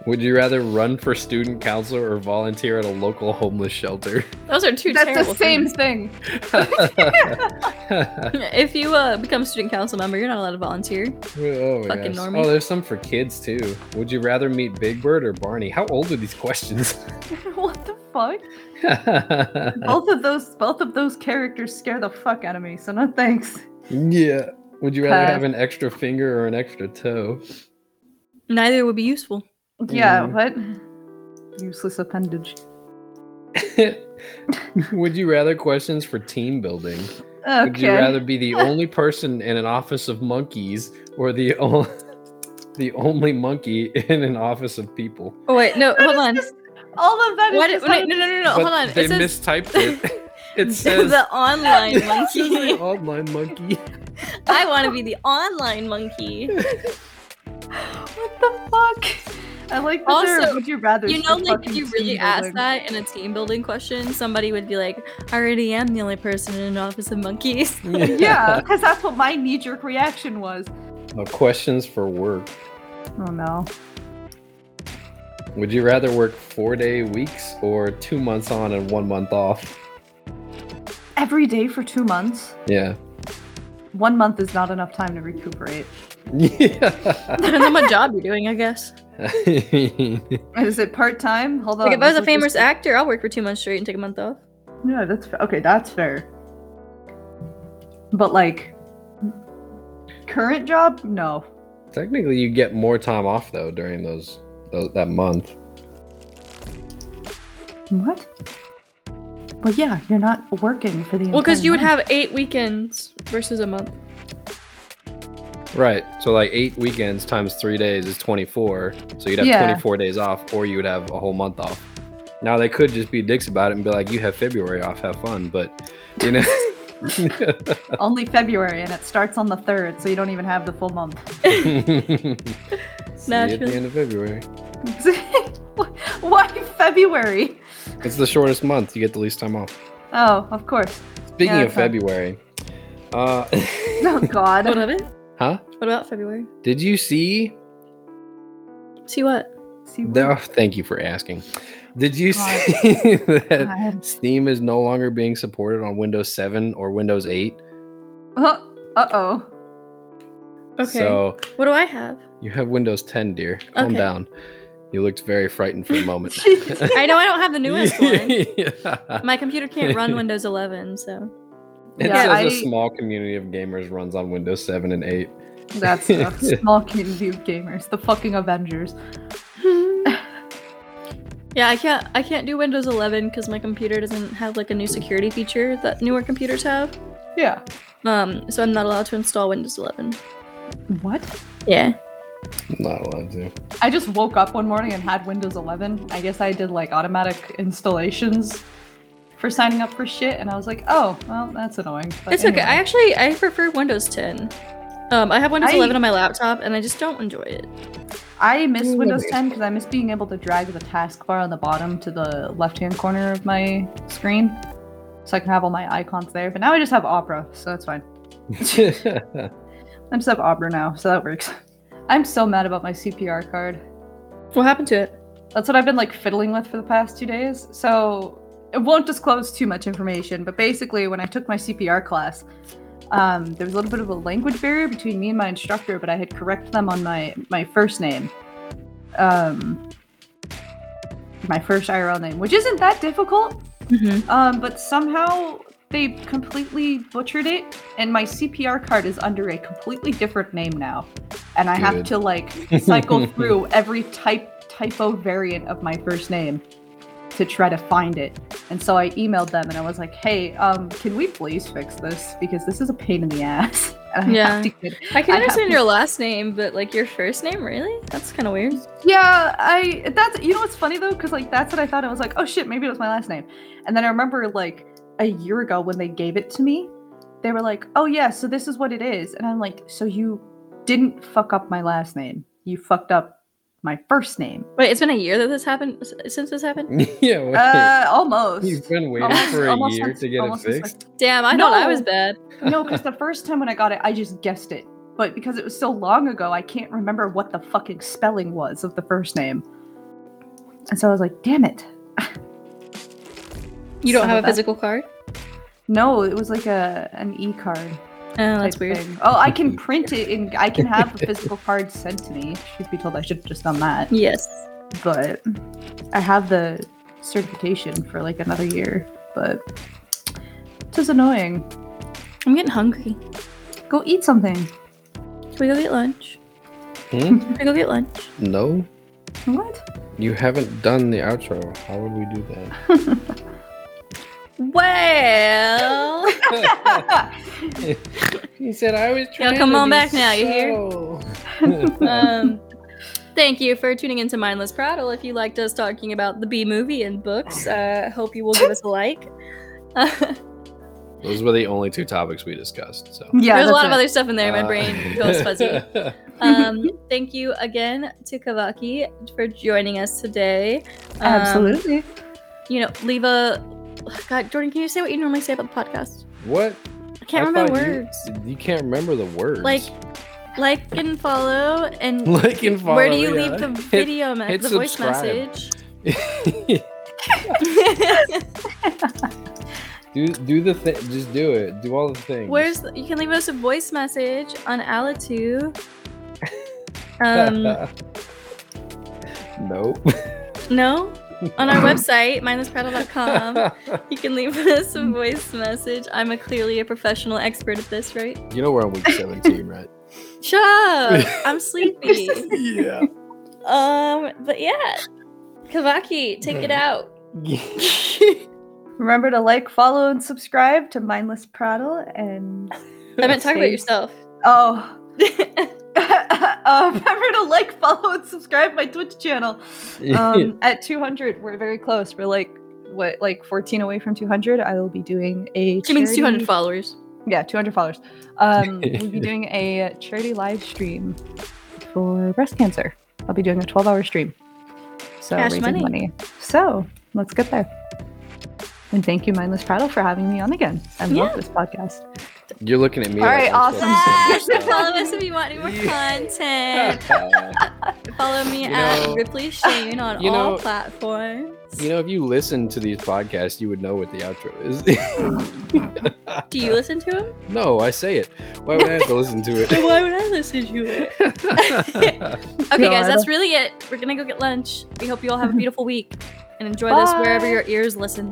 Speaker 2: Would you rather run for student council or volunteer at a local homeless shelter?
Speaker 1: Those are two
Speaker 3: that's
Speaker 1: terrible
Speaker 3: the same
Speaker 1: things.
Speaker 3: thing.
Speaker 2: oh,
Speaker 1: If you uh, become a student council member, you're not allowed to volunteer.
Speaker 2: my
Speaker 1: Fucking
Speaker 2: gosh.
Speaker 1: normie.
Speaker 2: oh, there's some for kids too. Would you rather meet Big Bird or Barney? How old are these questions?
Speaker 3: what the fuck? Both of those, both of those characters scare the fuck out of me. So no thanks.
Speaker 2: yeah. Would you rather
Speaker 3: Pass.
Speaker 2: have an extra finger or an extra toe?
Speaker 1: Neither would be useful.
Speaker 3: Yeah,
Speaker 2: Mm.
Speaker 3: what? Useless appendage.
Speaker 2: Would you rather questions for team building?
Speaker 3: Okay.
Speaker 2: Would you rather be the only person in an office of monkeys or the only the only monkey in an office of people?
Speaker 1: Oh, wait, no,
Speaker 3: That
Speaker 1: hold
Speaker 3: is
Speaker 1: on.
Speaker 3: just- all of that is
Speaker 1: Why did,
Speaker 3: just
Speaker 1: wait, no, no, no, no, hold
Speaker 2: But
Speaker 1: on.
Speaker 2: They
Speaker 1: It says
Speaker 2: mistyped it. It says
Speaker 1: the online
Speaker 2: it says an
Speaker 1: monkey.
Speaker 2: online monkey.
Speaker 1: I want to be the online monkey.
Speaker 3: What the fuck? I like that there are
Speaker 1: Also,
Speaker 3: would you rather.
Speaker 1: You know, like if you really asked that in a team building question, somebody would be like, "I already am the only person in an office of monkeys."
Speaker 3: Yeah, because that's what my knee jerk reaction was.
Speaker 2: Uh, questions for work.
Speaker 3: Oh no.
Speaker 2: Would you rather work four day weeks or two months on and one month off?
Speaker 3: Every day for two months.
Speaker 2: Yeah.
Speaker 3: One month is not enough time to recuperate.
Speaker 2: Yeah.
Speaker 1: Depends on what job you're doing, I guess.
Speaker 3: Is it part time? Hold on.
Speaker 1: Like if I was a
Speaker 3: let's look
Speaker 1: famous
Speaker 3: this-
Speaker 1: actor, I'll work for two months straight and take a month off.
Speaker 3: Yeah, that's fair. Okay, that's fair. But like, current job? No.
Speaker 2: Technically, you get more time off though during those, those that month.
Speaker 3: What? Well, yeah, you're not working for the.
Speaker 1: Well, because
Speaker 3: entire
Speaker 1: you would
Speaker 3: month.
Speaker 1: have eight weekends versus a month.
Speaker 2: Right. So like eight weekends times three days is 24. So you'd have
Speaker 3: Yeah.
Speaker 2: 24 days off, or you would have a whole month off. Now they could just be dicks about it and be like, "You have February off, have fun," but you know.
Speaker 3: only February, and it starts on the third, so you don't even have the full month.
Speaker 2: See you at the
Speaker 1: Naturally.
Speaker 2: end of February.
Speaker 3: Why February?
Speaker 2: It's the shortest month. You get the least time off.
Speaker 3: Oh, of course.
Speaker 2: Speaking
Speaker 3: Yeah,
Speaker 2: of
Speaker 3: that's right.
Speaker 2: February, uh,
Speaker 3: Oh God.
Speaker 1: What of it?
Speaker 2: huh?
Speaker 1: What about February?
Speaker 2: Did you see?
Speaker 1: See what?
Speaker 3: See,
Speaker 2: The, oh, thank you for asking. Did you
Speaker 3: God.
Speaker 2: see that
Speaker 3: God.
Speaker 2: Steam is no longer being supported on Windows 7 or Windows 8?
Speaker 3: Uh oh.
Speaker 1: Okay.
Speaker 2: So
Speaker 1: What do I have?
Speaker 2: you have Windows 10, dear. Calm
Speaker 1: Okay.
Speaker 2: down. You looked very frightened for a moment.
Speaker 1: I know I don't have the newest one.
Speaker 2: Yeah.
Speaker 1: My computer can't run Windows 11, so
Speaker 2: It
Speaker 3: Yeah,
Speaker 2: says a
Speaker 3: I-
Speaker 2: small community of gamers runs on Windows 7 and 8.
Speaker 3: That's tough. small community of gamers, the fucking Avengers.
Speaker 1: yeah, I can't. I can't do Windows 11 because my computer doesn't have like a new security feature that newer computers have.
Speaker 3: Yeah.
Speaker 1: Um, so I'm not allowed to install Windows 11.
Speaker 3: What?
Speaker 1: Yeah.
Speaker 2: I'm not allowed to.
Speaker 3: I just woke up one morning and had Windows 11. I guess I did like automatic installations for signing up for shit, and I was like, oh, well, that's annoying. But
Speaker 1: It's okay. I
Speaker 3: anyway.
Speaker 1: actually I prefer Windows 10. Um, I have Windows
Speaker 3: I-
Speaker 1: 11 on my laptop and I just don't enjoy it.
Speaker 3: I miss
Speaker 2: Mm,
Speaker 3: Windows
Speaker 2: maybe.
Speaker 3: 10 because I miss being able to drag the taskbar on the bottom to the left-hand corner of my screen, so I can have all my icons there. But now I just have Opera, so that's fine. I just have Opera now, so that works. I'm so mad about my CPR card.
Speaker 1: What happened to it?
Speaker 3: That's what I've been like fiddling with for the past two days. So it won't disclose too much information, but basically, when I took my CPR class, um, there was a little bit of a language barrier between me and my instructor, but I had correct them on my my first name. um, my first IRL name, which isn't that difficult.
Speaker 1: Mhm.
Speaker 3: Um, but somehow they completely butchered it, and my CPR card is under a completely different name now, and I have
Speaker 2: Good.
Speaker 3: to like cycle through every type typo variant of my first name to try to find it. And so I emailed them, and I was like, "Hey, um, can we please fix this because this is a pain in the ass." And I have
Speaker 1: Yeah.
Speaker 3: to get-
Speaker 1: I can
Speaker 3: I have
Speaker 1: understand
Speaker 3: to-
Speaker 1: your last name, but like your first name, really? That's kind of weird.
Speaker 3: Yeah, I that's you know what's funny though, because like that's what I thought. I was like, oh shit, maybe it was my last name. And then I remember like a year ago when they gave it to me, they were like, oh yeah, so this is what it is. And I'm like, so you didn't fuck up my last name. You fucked up my first name.
Speaker 1: Wait, it's been a year that this happened s- since this happened.
Speaker 2: yeah, wait.
Speaker 3: Uh, almost.
Speaker 2: You've been waiting
Speaker 3: Almost-
Speaker 2: for a
Speaker 3: almost
Speaker 2: year
Speaker 3: since-
Speaker 2: to get it
Speaker 3: almost since, like,
Speaker 2: fixed.
Speaker 1: Damn, I thought I was
Speaker 3: No.
Speaker 1: bad.
Speaker 3: No, because the first time when I got it, I just guessed it. But because it was so long ago, I can't remember what the fucking spelling was of the first name. And so I was like, damn it.
Speaker 1: You don't
Speaker 3: Son
Speaker 1: have
Speaker 3: of
Speaker 1: a
Speaker 3: a-
Speaker 1: physical card?
Speaker 3: No, it was like a an e card.
Speaker 1: Oh, that's weird.
Speaker 3: Oh, I can print it and I can have a physical card sent to me. Should be told I should have just done that.
Speaker 1: Yes.
Speaker 3: But I have the certification for like another year. But it's just annoying.
Speaker 1: I'm getting hungry.
Speaker 3: Go eat something.
Speaker 1: Should we go get lunch?
Speaker 2: Hmm?
Speaker 1: Should we go get lunch?
Speaker 2: No,
Speaker 3: What?
Speaker 2: you haven't done the outro. How would we do that?
Speaker 1: Well,
Speaker 2: he said I was
Speaker 1: Yo,
Speaker 2: trying.
Speaker 1: come
Speaker 2: to
Speaker 1: on
Speaker 2: be
Speaker 1: back now, you hear?
Speaker 2: subtle."
Speaker 1: um, thank you for tuning into Mindless Prattle. If you liked us talking about the B movie and books, uh, hope you will give us a like.
Speaker 2: Those were the only two topics we discussed. So
Speaker 3: Yeah,
Speaker 1: There's a
Speaker 3: that's
Speaker 1: lot of
Speaker 3: it.
Speaker 1: other stuff in there. My
Speaker 2: Uh,
Speaker 1: brain goes fuzzy. Um, thank you again to Kavaki for joining us today. Um,
Speaker 3: Absolutely.
Speaker 1: You know, leave a. God, Jordan, can you say what you normally say about the podcast?
Speaker 2: what?
Speaker 1: I can't
Speaker 2: I
Speaker 1: remember
Speaker 2: thought you-
Speaker 1: words.
Speaker 2: You, can't remember the words.
Speaker 1: Like, like and follow, and
Speaker 2: like and follow.
Speaker 1: where do you
Speaker 2: yeah.
Speaker 1: leave the
Speaker 2: Hit-
Speaker 1: video, me-
Speaker 2: hit
Speaker 1: the
Speaker 2: subscribe.
Speaker 1: voice message?
Speaker 2: do do the thing. Just do it. Do all the things.
Speaker 1: Where's the, you can leave us a voice message on Alitu. Um,
Speaker 2: nope.
Speaker 1: no, on our website mindlesspraddle.com. You can leave us a voice message. I'm a clearly a professional expert at this, right?
Speaker 2: you know we're on week seventeen, right?
Speaker 1: Shut up! I'm sleepy.
Speaker 2: yeah.
Speaker 1: um, but yeah, Kavaki, take it out.
Speaker 3: Remember to like, follow, and subscribe to Mindless Prattle and
Speaker 1: I meant talk about
Speaker 3: Thanks.
Speaker 1: yourself.
Speaker 3: Oh. uh, remember to like, follow, and subscribe my Twitch channel. Um, at 200, we're very close. We're like what, like 14 away from 200. I will be doing a.
Speaker 1: She means 200
Speaker 3: charity-
Speaker 1: followers.
Speaker 3: Yeah, 200 followers. Um, we'll be doing a charity live stream for breast cancer. I'll be doing a 12-hour stream. So
Speaker 1: Cash
Speaker 3: raising
Speaker 1: money.
Speaker 3: So let's get there. And thank you, Mindless Prattle, for having me on again. I
Speaker 1: Yeah.
Speaker 3: love this podcast.
Speaker 2: You're looking at me.
Speaker 3: All
Speaker 2: like
Speaker 3: right,
Speaker 2: I'm
Speaker 1: So
Speaker 2: fucking
Speaker 3: awesome.
Speaker 1: Ah, follow us if you want any more content.
Speaker 2: sick.
Speaker 1: Follow me
Speaker 2: You
Speaker 1: at
Speaker 2: know-
Speaker 1: Ripley Shane on
Speaker 2: you
Speaker 1: all
Speaker 2: know-
Speaker 1: platforms.
Speaker 2: you know, if you listen to these podcasts, you would know what the outro is.
Speaker 1: Do you listen to him?
Speaker 2: no, I say it. Why would I have to listen to it?
Speaker 1: Why would I listen to it? Okay, guys, that's really it. We're gonna go get lunch. We hope you all have a beautiful week and enjoy this wherever
Speaker 3: Bye.
Speaker 1: your ears listen.